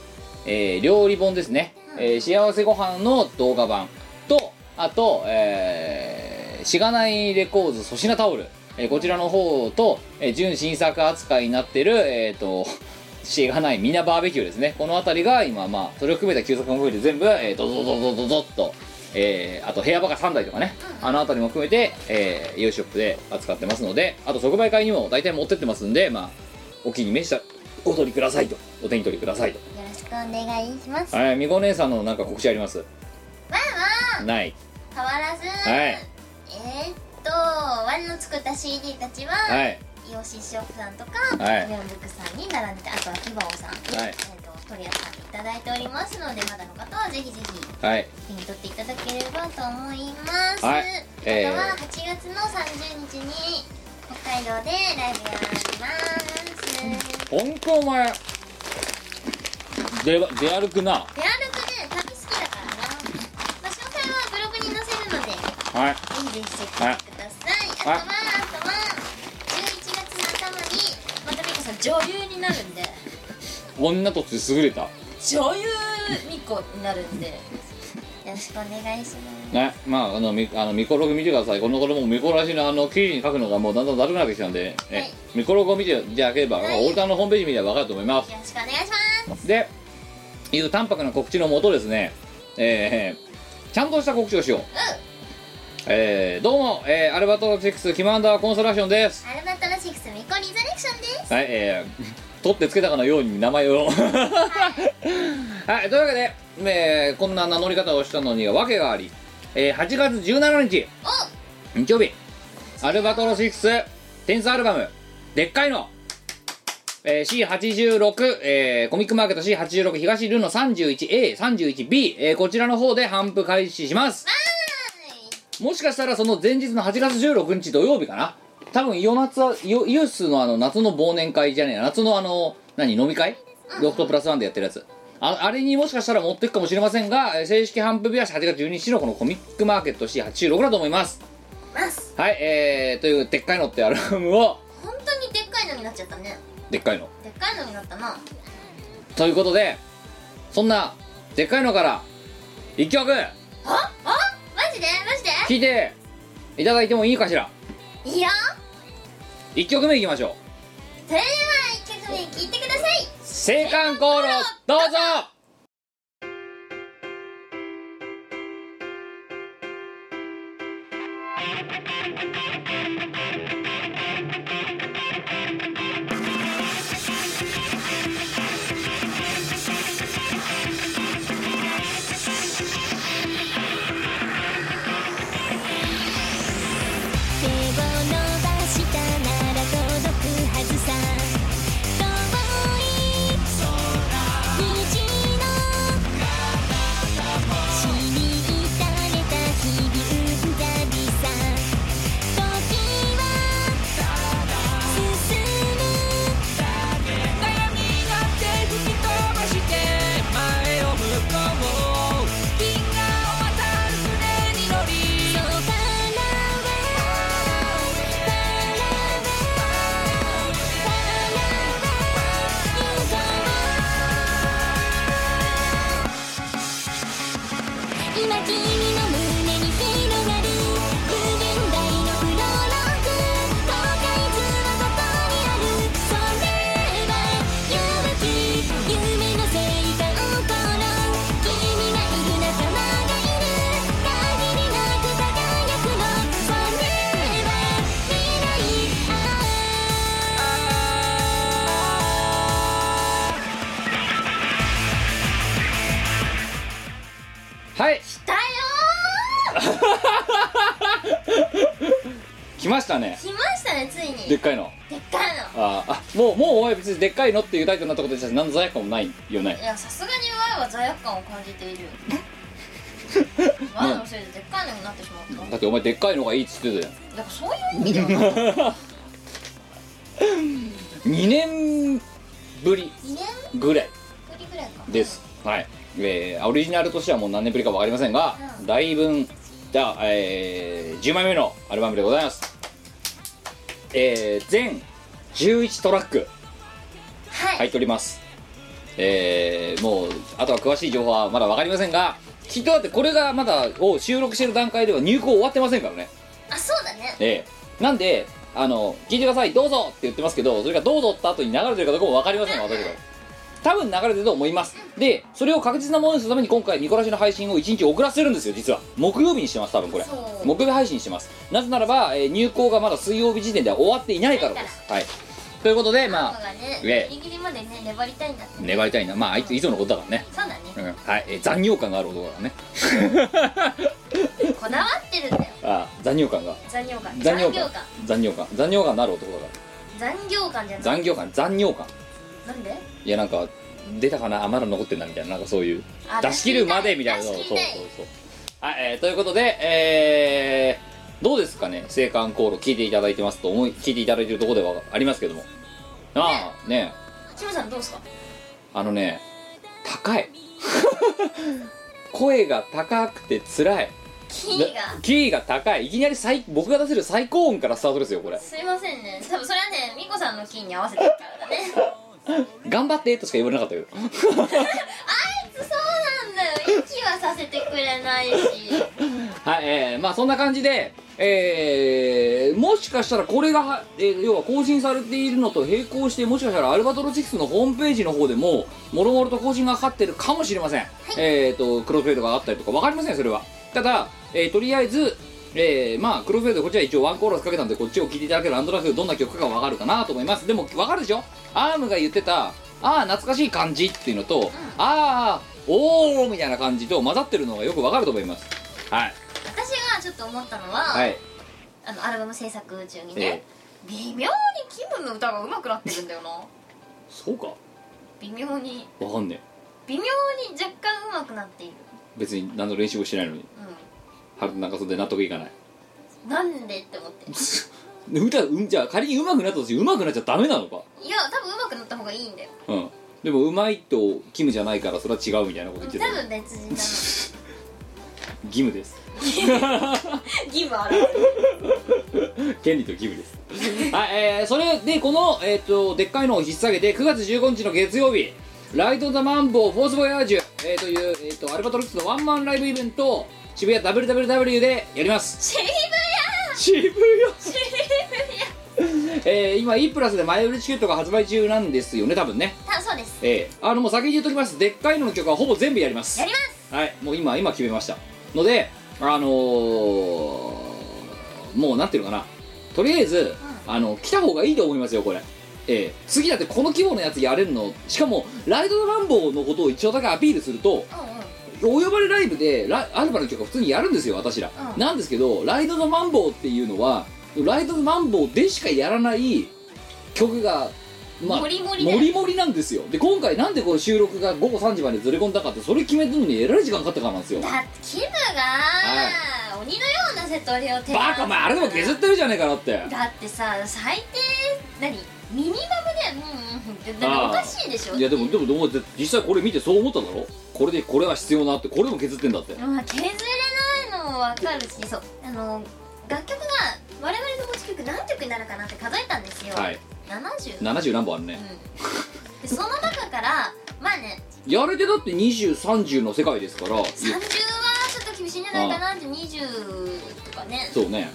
S1: えー料理本ですね、えー幸せご飯の動画版とあと、えーしがないレコーズ粗品タオル、えーこちらの方と、えー準新作扱いになってるえっ、と しがないみんなバーベキューですねこの辺りが今まあそれを含めた旧作も含めて全部、えー、ドドドドドドッと、えーあと部屋バカ3台とかね、あの辺りも含めて、えー、ユーショップで扱ってますのであと即売会にも大体持ってってますんでまあお気に召したお取りくださいとお手に取りくださいと
S2: よろしくお願いしますわ
S1: はい、みこ姉さんのなんか告知あります
S2: わ
S1: ない。
S2: 変わらず、
S1: はい。
S2: えー、っとワンの作った CD たちは、
S1: はい。
S2: イオシスショップさんとか、
S1: はい
S2: メロンブックさんに並んでてあとはキバオさんに、
S1: はい
S2: えー、と取り扱っていただいておりますのでまだの方はぜひぜひ
S1: はい。
S2: 手に取っていただければと思います、
S1: はいえー
S2: あとは8月の30日に北海道でライブやります、
S1: 本当お前。出ば出歩くな。
S2: ペアルクね旅好きだからな、まあ、詳細はブログに載せるので
S1: はい。
S2: ぜひぜひチェックしてください、
S1: はい
S2: あとはあとは11月の頭にまたみこさん女優になるんで
S1: 女として優れた。
S7: 女優みこになるんで
S2: よろしくお願いします
S1: ね。まあ、あの、み、あの、ミコログ見てください。この頃もうミコラジのあの、記事に書くのがもうだんだんだるくなってきたんで、え、
S2: はい
S1: ミコログを見ていただければ、
S2: はい
S1: 俺とあのホームページ見ればわかると思います。
S2: よろしくお願いします
S1: でいう淡白な告知のもとですねえーちゃんとした告知をしよう、えーどうも、えーアルバトロシックスキマアンダーコンストラクションです
S2: アルバトロシックスミコリザレクションです
S1: はいえー取ってつけたかのように名前を はいというわけで、えーこんな名乗り方をしたのには訳があり、えー8月17日日曜日アルバトロ6テンスアルバムでっかいのえー C86、えーコミックマーケット C86 東ルの 31A31B、えーこちらの方で販布開始しますもしかしたらその前日の8月16日土曜日かな多分イオナツはイオユースのあの夏の忘年会じゃねえや夏のあの何飲み会ロフトプラスワンでやってるやつああれにもしかしたら持っていくかもしれませんがえー正式販布日は8月12日のこのコミックマーケット C86 だと思います
S2: ます
S1: はいえー、というでっかいのってアルバムを
S2: 本当にでっかいのになっちゃったね
S1: でっかいの
S2: でっかいのになったな
S1: ということでそんなでっかいのから一曲
S2: マジでマジで
S1: 聴いていただいてもいいかしら
S2: いや
S1: 1曲目いきましょう
S2: それでは1曲目聴いてください
S1: 青函航路どうぞ
S10: 手を伸ばしたなら届くはずさ遠い道の死に至れた日々浮かびさ時は進む悩みなんて吹き飛ばして前を向こう銀河を渡る船に乗り So far away far away far away You go 今君の胸に広がる無限大のフローログ後悔図はここにあるそれは勇気夢の青函航路君がいる仲間がいる限りなく輝くのそれは未来
S1: はい
S2: だよ
S1: 来ましたね
S2: ー来ましたねついに
S1: でっかいの
S2: でっかいの
S1: あーあもうもうお前別にでっかいのっていうタイトルになったことに対して何の罪悪感もないよね
S7: いやさすがにワイは罪悪感を感じているよワイのせいででっかいのになってしまった
S1: だってお前でっかいのがいいっつってたじ
S7: やっぱそういう意味で
S1: ゃ
S7: は
S1: ん2年ぶり
S2: 2年
S1: ぐらい
S2: ぶりぐらいか
S1: ですはいえー、オリジナルとしてはもう何年ぶりか分かりませんが、
S2: うん
S1: だいぶんじゃあ、えー10枚目のアルバムでございますえー全11トラック
S2: はい、
S1: 入っておりますえー、もうあとは詳しい情報はまだ分かりませんがきっとだってこれがまだを収録してる段階では入稿終わってませんからね
S2: あそうだね
S1: ええなんであの聞いてくださいどうぞって言ってますけどそれがどうぞって後に流れてるかどうかも分かりません私が多分流れてると思いますでそれを確実なものにするために今回ニコラシの配信を1日遅らせてるんですよ実は木曜日にしてます多分これ
S2: そう
S1: 木曜日配信してますなぜならば、えー入稿がまだ水曜日時点では終わっていないからですはいということでま
S2: ママ
S1: あ
S2: がね
S1: ね
S2: ギリギリまでね粘りたいんだって
S1: 粘りたいなまああいついつものことだからね
S2: そうだね
S1: うんはい、えー残業感がある男だからね
S2: こだわってるんだよ
S1: あー残業感が
S2: 残業感
S1: 残業
S2: 感
S1: 感残業感残業感のある男だか
S2: 残業感じ
S1: ら
S2: ゃない
S1: 残業感残業感
S2: なんで
S1: いやなんか出たかなあまだ残ってんなみたいななんかそういう
S2: あ
S1: 出し切るまでみたいな
S2: 出
S1: そう
S2: し
S1: そう
S2: 切
S1: そう
S2: りたい
S1: そうはい、えーということでえーどうですかね青函航路聞いていただいてますと思い聞いていただいてるところではありますけどもまあね
S7: 志村さんどうですか
S1: あのね高い 声が高くて辛い
S2: キーが
S1: キーが高いいきなり最僕が出せる最高音からスタートですよこれ
S7: すいませんね多分それはねミコさんのキーに合わせてるからだね
S1: 頑張ってとしか言われなかったけど
S7: そうなんだよ息はさせてくれないし
S1: はい、えー、まあそんな感じで、えー、もしかしたらこれがは、えー要は更新されているのと並行して、もしかしたらアルバトロチクスのホームページの方でも、もろもろと更新がかかってるかもしれません。えー、と、クロスフェードがあったりとか、わかりません、それは。ただ、えーとりあえず、えー、まあ、クロスフェード、こっちは一応ワンコーラスかけたんで、こっちを聞いていただけるなんとなくどんな曲かわかるかなと思います。でも、わかるでしょアームが言ってた、ああ、懐かしい感じっていうのと、ああ、おーみたいな感じと混ざってるのがよくわかると思います。はい。
S2: 私がちょっと思ったのは、
S1: はい。
S2: あのアルバム制作中に
S1: ええ
S2: ね、微妙にキムの歌が上手くなってるんだよな
S1: そうか
S2: 微妙に
S1: わかんね
S2: 微妙に若干上手くなっている
S1: え別に何の練習もしてないのにはなんかそれで納得いかない
S2: うんなんでって思って
S1: 歌うんじゃあ仮に上手くなったとして上手くなっちゃダメなのか
S2: いや多分上手くなった方がいいんだよ
S1: うんでも上手いとキムじゃないからそれは違うみたいなこと
S2: 多
S1: 言ってたよ
S2: 分別
S1: 義務
S2: 人だ
S1: です
S2: な義務ある
S1: 権利と義務です はい、えー、それでこの、えー、とでっかいのを引っ提げて9月15日の月曜日ライト・ザ・マンボー・フォース・ボヤージュ、えーという、えー、とアルバトロックスのワンマンライブイベントを渋谷 WWW でやります
S2: 渋谷
S1: 渋谷
S2: 渋谷
S1: えー今 E プラスで前売りチケットが発売中なんですよね多分ね
S7: たそうです
S1: えーあのもう先に言っときますでっかいのの曲はほぼ全部やります
S7: やります
S1: はいもう今今決めましたのであのーもうなんていうのかなとりあえず、あの来た方がいいと思いますよこれえー次だってこの規模のやつやれるのしかもライドランボーのことを一応だけアピールすると、
S7: うんうん
S1: お呼ばれライブでラアルバの曲は普通にやるんですよ私ら、
S7: うん
S1: なんですけど「ライド・のマンボウ」っていうのはライド・のマンボウでしかやらない曲がまあ
S7: モリモリだ
S1: モリモリなんですよで今回なんでこの収録が午後3時までずれ込んだかってそれ決めるのにえらい時間かかったからなんですよ
S7: だってキムが鬼のようなセトリを提
S1: バカお前あれでも削ってるじゃねえかなって
S7: だってさ最低何ミニマムでうんうんってだって
S1: あー
S7: おかしいでしょ
S1: いやでもでもでもで実際これ見てそう思っただろこれでこれは必要なってこれも削ってんだって
S7: まあ削れないのもわかるしそうあの楽曲が我々の持ち曲何曲になるかなって数えたんですよ、
S1: はい
S7: 70、
S1: 70何本ある
S7: う
S1: ね、
S7: ん、でその中からまあね
S1: やれてだって2030の世界ですから
S7: 30はちょっと厳しいんじゃないかなって20とかね
S1: そうね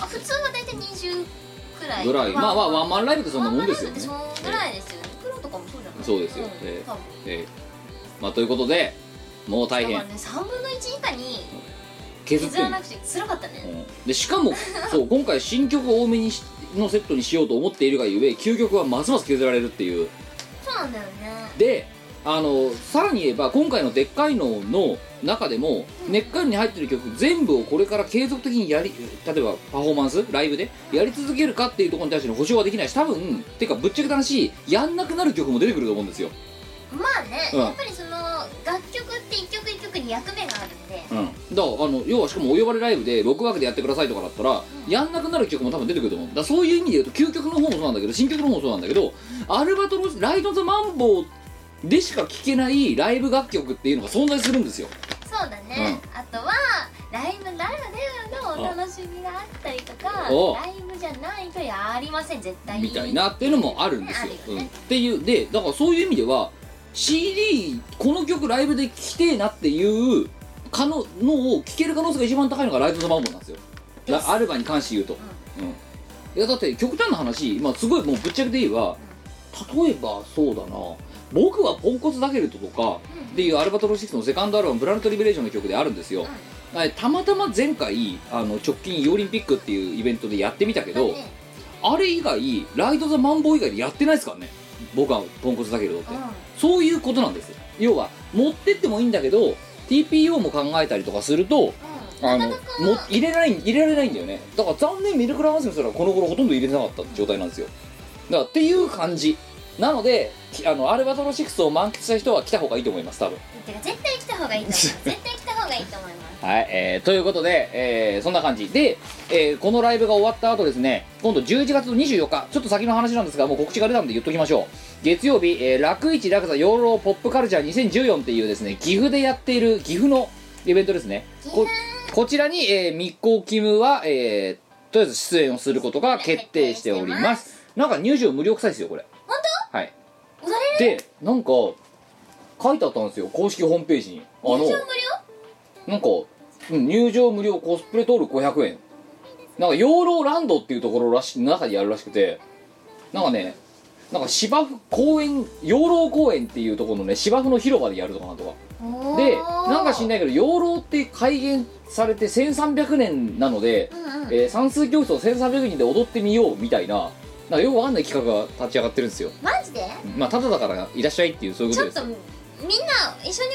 S7: あ普通は大体20くらい
S1: ぐらいまあまあワンマンライブってそんなもんですよね
S7: ワンマンライブってそんぐらいですよね黒とかもそうじゃない
S1: そうですよええ
S7: 多分
S1: えーまあということでもう大
S7: だか
S1: 変
S7: らね3分の1以下に
S1: 削っ
S7: 削
S1: て
S7: ら
S1: んの
S7: なくてつらかった
S1: う
S7: ね
S1: んでしかもそう今回新曲多めにしのセットにしようと思っているがゆえ究極はますます削られるっていう
S7: そうなんだよね
S1: であのさらに言えば今回の「でっかいの」の中でも「ねっかいの」に入ってる曲全部をこれから継続的にやり例えばパフォーマンスライブでやり続けるかっていうところに対しての保証はできないし多分てかぶっちゃけた話やんなくなる曲も出てくると思うんですよ、
S7: まあね、
S1: うん
S7: やっぱりその楽曲って一曲一曲に役目があるんで
S1: うん、だからあの要はしかもお呼ばれライブで6枠でやってくださいとかだったら、やんなくなる曲も多分出てくると思うだからそういう意味で言うと究極の方もそうなんだけど新曲の方もそうなんだけどアルバトロスライト・ザ・マンボウでしか聴けないライブ楽曲っていうのが存在するんですよ
S7: そうだね、あとはライブならではのお楽しみがあったりとか
S1: お
S7: ライブじゃないとやりません絶対に
S1: みたいなっていうのもあるんですよ
S7: ね。
S1: う
S7: あるよ
S1: ん、っ
S7: ね
S1: ていうでだからそういう意味では CD この曲ライブで聴きてえなっていう可能のを聴ける可能性が一番高いのがライト・ザ・マンボウなんですよラアルバに関して言うと、うんいやだって極端な話、まあ、すごいもうぶっちゃけで言えば例えばそうだな「僕はポンコツだけれど」とかっていうアルバトロ6のセカンドアルバム「ブラント・リベレーション」の曲であるんですよ、はいたまたま前回あの直近イオリンピックっていうイベントでやってみたけど、
S7: ね
S1: あれ以外ライト・ザ・マンボウ以外でやってないですからね僕はポンコツだけれどって、そういうことなんですよ要は持ってってもいいんだけど TPO も考えたりとかするとあのも入れない入れられないんだよねだから残念ミルクラハウスにすらこの頃ほとんど入れてなかった状態なんですよだからっていう感じなのできあのアルバトロ6を満喫した人は来た方がいいと思います多分
S7: てか絶対来た方がいいと思う絶対来た方がいいと思い ます
S1: はい、えーということで、えーそんな感じで、えーこのライブが終わった後ですね今度11月24日ちょっと先の話なんですがもう告知が出たんで言っときましょう月曜日、えー、楽市楽座養老ポップカルチャー2014っていうですね岐阜でやっている岐阜のイベントですねここちらに、えー、密航キムは、えーとりあえず出演をすることが決定しておりますなんか入場無料臭いですよこれ
S7: 本
S1: はい
S7: 当踊れる
S1: でなんか書いてあったんですよ公式ホームページにあの
S7: 入場無料
S1: なんか、うん入場無料コスプレトール500円なんか養老ランドっていうところらし中にあるらしくてなんかねなんか芝生公園養老公園っていうところのね芝生の広場でやるとかなんとか
S7: おー
S1: でなんか知んないけど養老って改元されて1300年なので、
S7: うんうん
S1: えー算数教室を1300人で踊ってみようみたいななんかよくわかんない企画が立ち上がってるんですよ
S7: マジで
S1: まあただだからいらっしゃいっていうそういうこ
S7: ち
S1: と
S7: ょ
S1: で
S7: っ
S1: す
S7: とみんな一緒に踊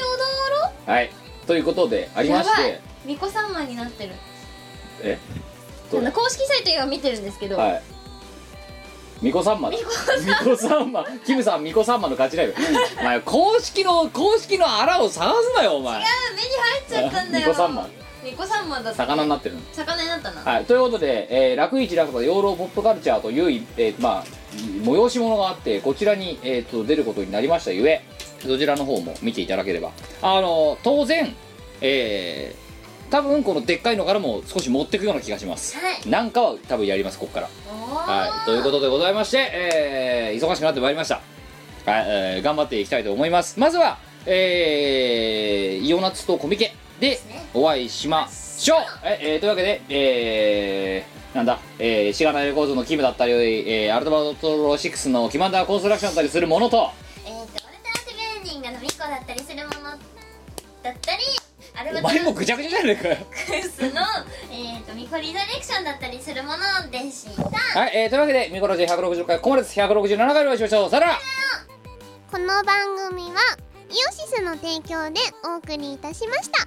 S7: ろ
S1: はいということであ
S7: う
S1: りまし
S7: やばい
S1: て
S7: 巫女さんマンになってる
S1: え
S7: あの公式サイト今見てるんですけど、
S1: はい。巫女さんまだ。巫女さんま。キムさん巫女さんまの勝ちだよ。お前公式の公式のあらを探すなよお前。
S7: あ目に入っちゃったんだよ
S1: 巫女さんま
S7: 巫女さんまだった
S1: 魚になってるの。
S7: 魚になったな、
S1: はい。ということで、えー、楽市楽と養老ポップカルチャーという、えーまあ催し物があってこちらにえっ、と出ることになりましたゆえ、どちらの方も見ていただければ。あの当然、えー多分このでっかいのからも少し持っていくような気がします、
S7: はい
S1: なんかは多分やりますここから
S7: おー
S1: はい、ということでございまして、えー忙しくなってまいりました、はいえー頑張っていきたいと思いますまずは、えーイオナツとコミケで
S7: ね
S1: お会いしましょうええーというわけで、えなんだ、えー、シガナレコードのキムだったり、えー、アルトバトロ6のキマンダーコンストラクションだったりするものと、
S2: えー、とウルトラセブンニンがのみっこだったりするものだったりアル
S1: お
S2: バト
S1: 前
S2: ロ
S1: もぐちゃぐちゃじゃねえかよ。
S2: ックスの、えー、とミコリードレクションだったりするものでした
S1: はい、えー、というわけで、ミコラジ160回、ここまでです。167回お会いしましょう。さよなら
S3: この番組はイオシスの提供でお送りいたしました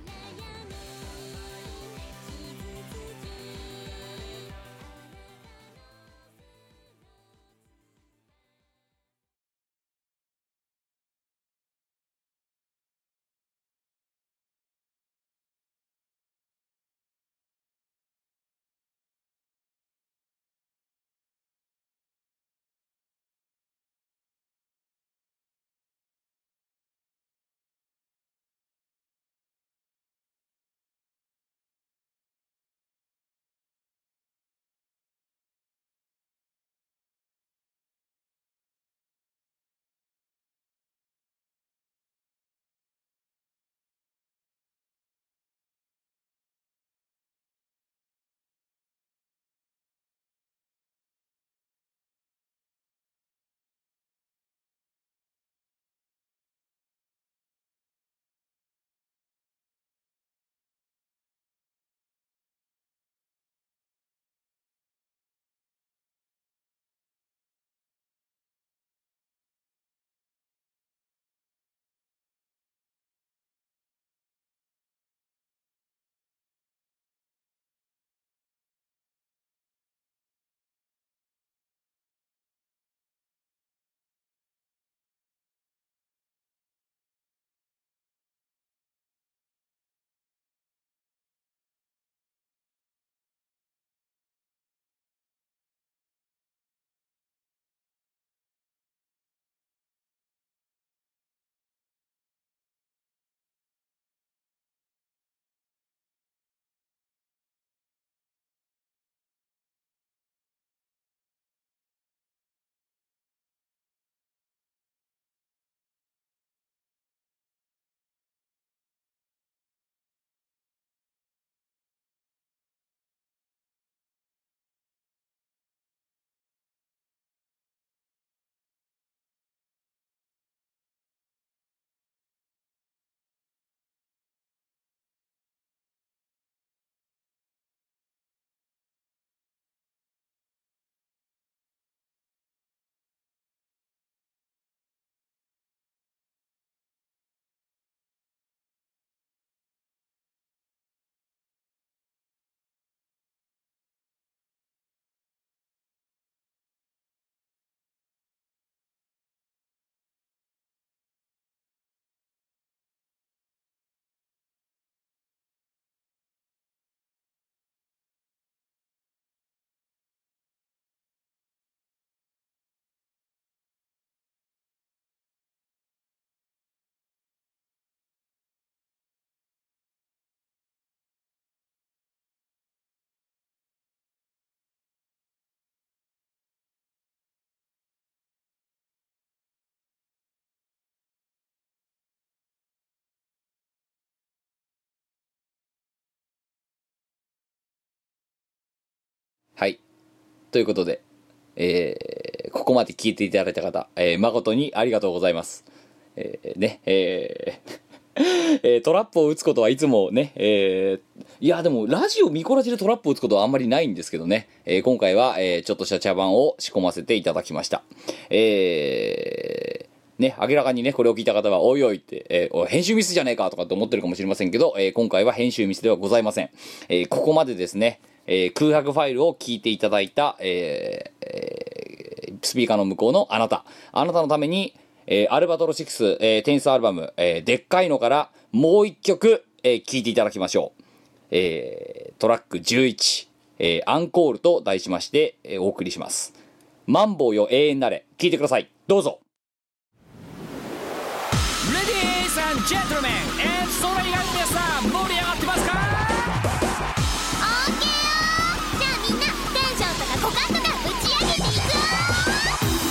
S1: はい。ということで、えーここまで聞いていただいた方、えー誠にありがとうございます。えーね、えー えートラップを打つことはいつもね、えーいやでもラジオミコラジでトラップを打つことはあんまりないんですけどね、えー今回は、えーちょっとした茶番を仕込ませていただきました。えーね、明らかにね、これを聞いた方は、おいおいって、えーおい編集ミスじゃねえかとかって思ってるかもしれませんけど、えー今回は編集ミスではございません。えーここまでですね、えー空白ファイルを聞いていただいた、えーえースピーカーの向こうのあなた。あなたのために、えーアルバトロ6、えー、テニスアルバム、えーでっかいのから、もう一曲、えー聞いていただきましょう。えートラック11、えーアンコールと題しまして、えーお送りします。マンボウよ永遠なれ、聞いてください。どうぞ。
S8: Ladies and gentlemen, it's それ以外の皆さん盛り上がってますか
S10: オーケーよじゃあみんなテンションとか股間とか打ち上げていくよ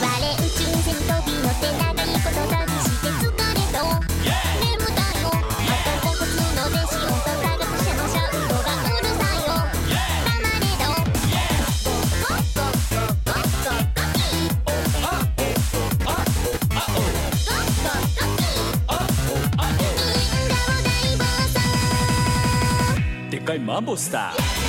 S10: 我宇宙人と
S9: マンボスター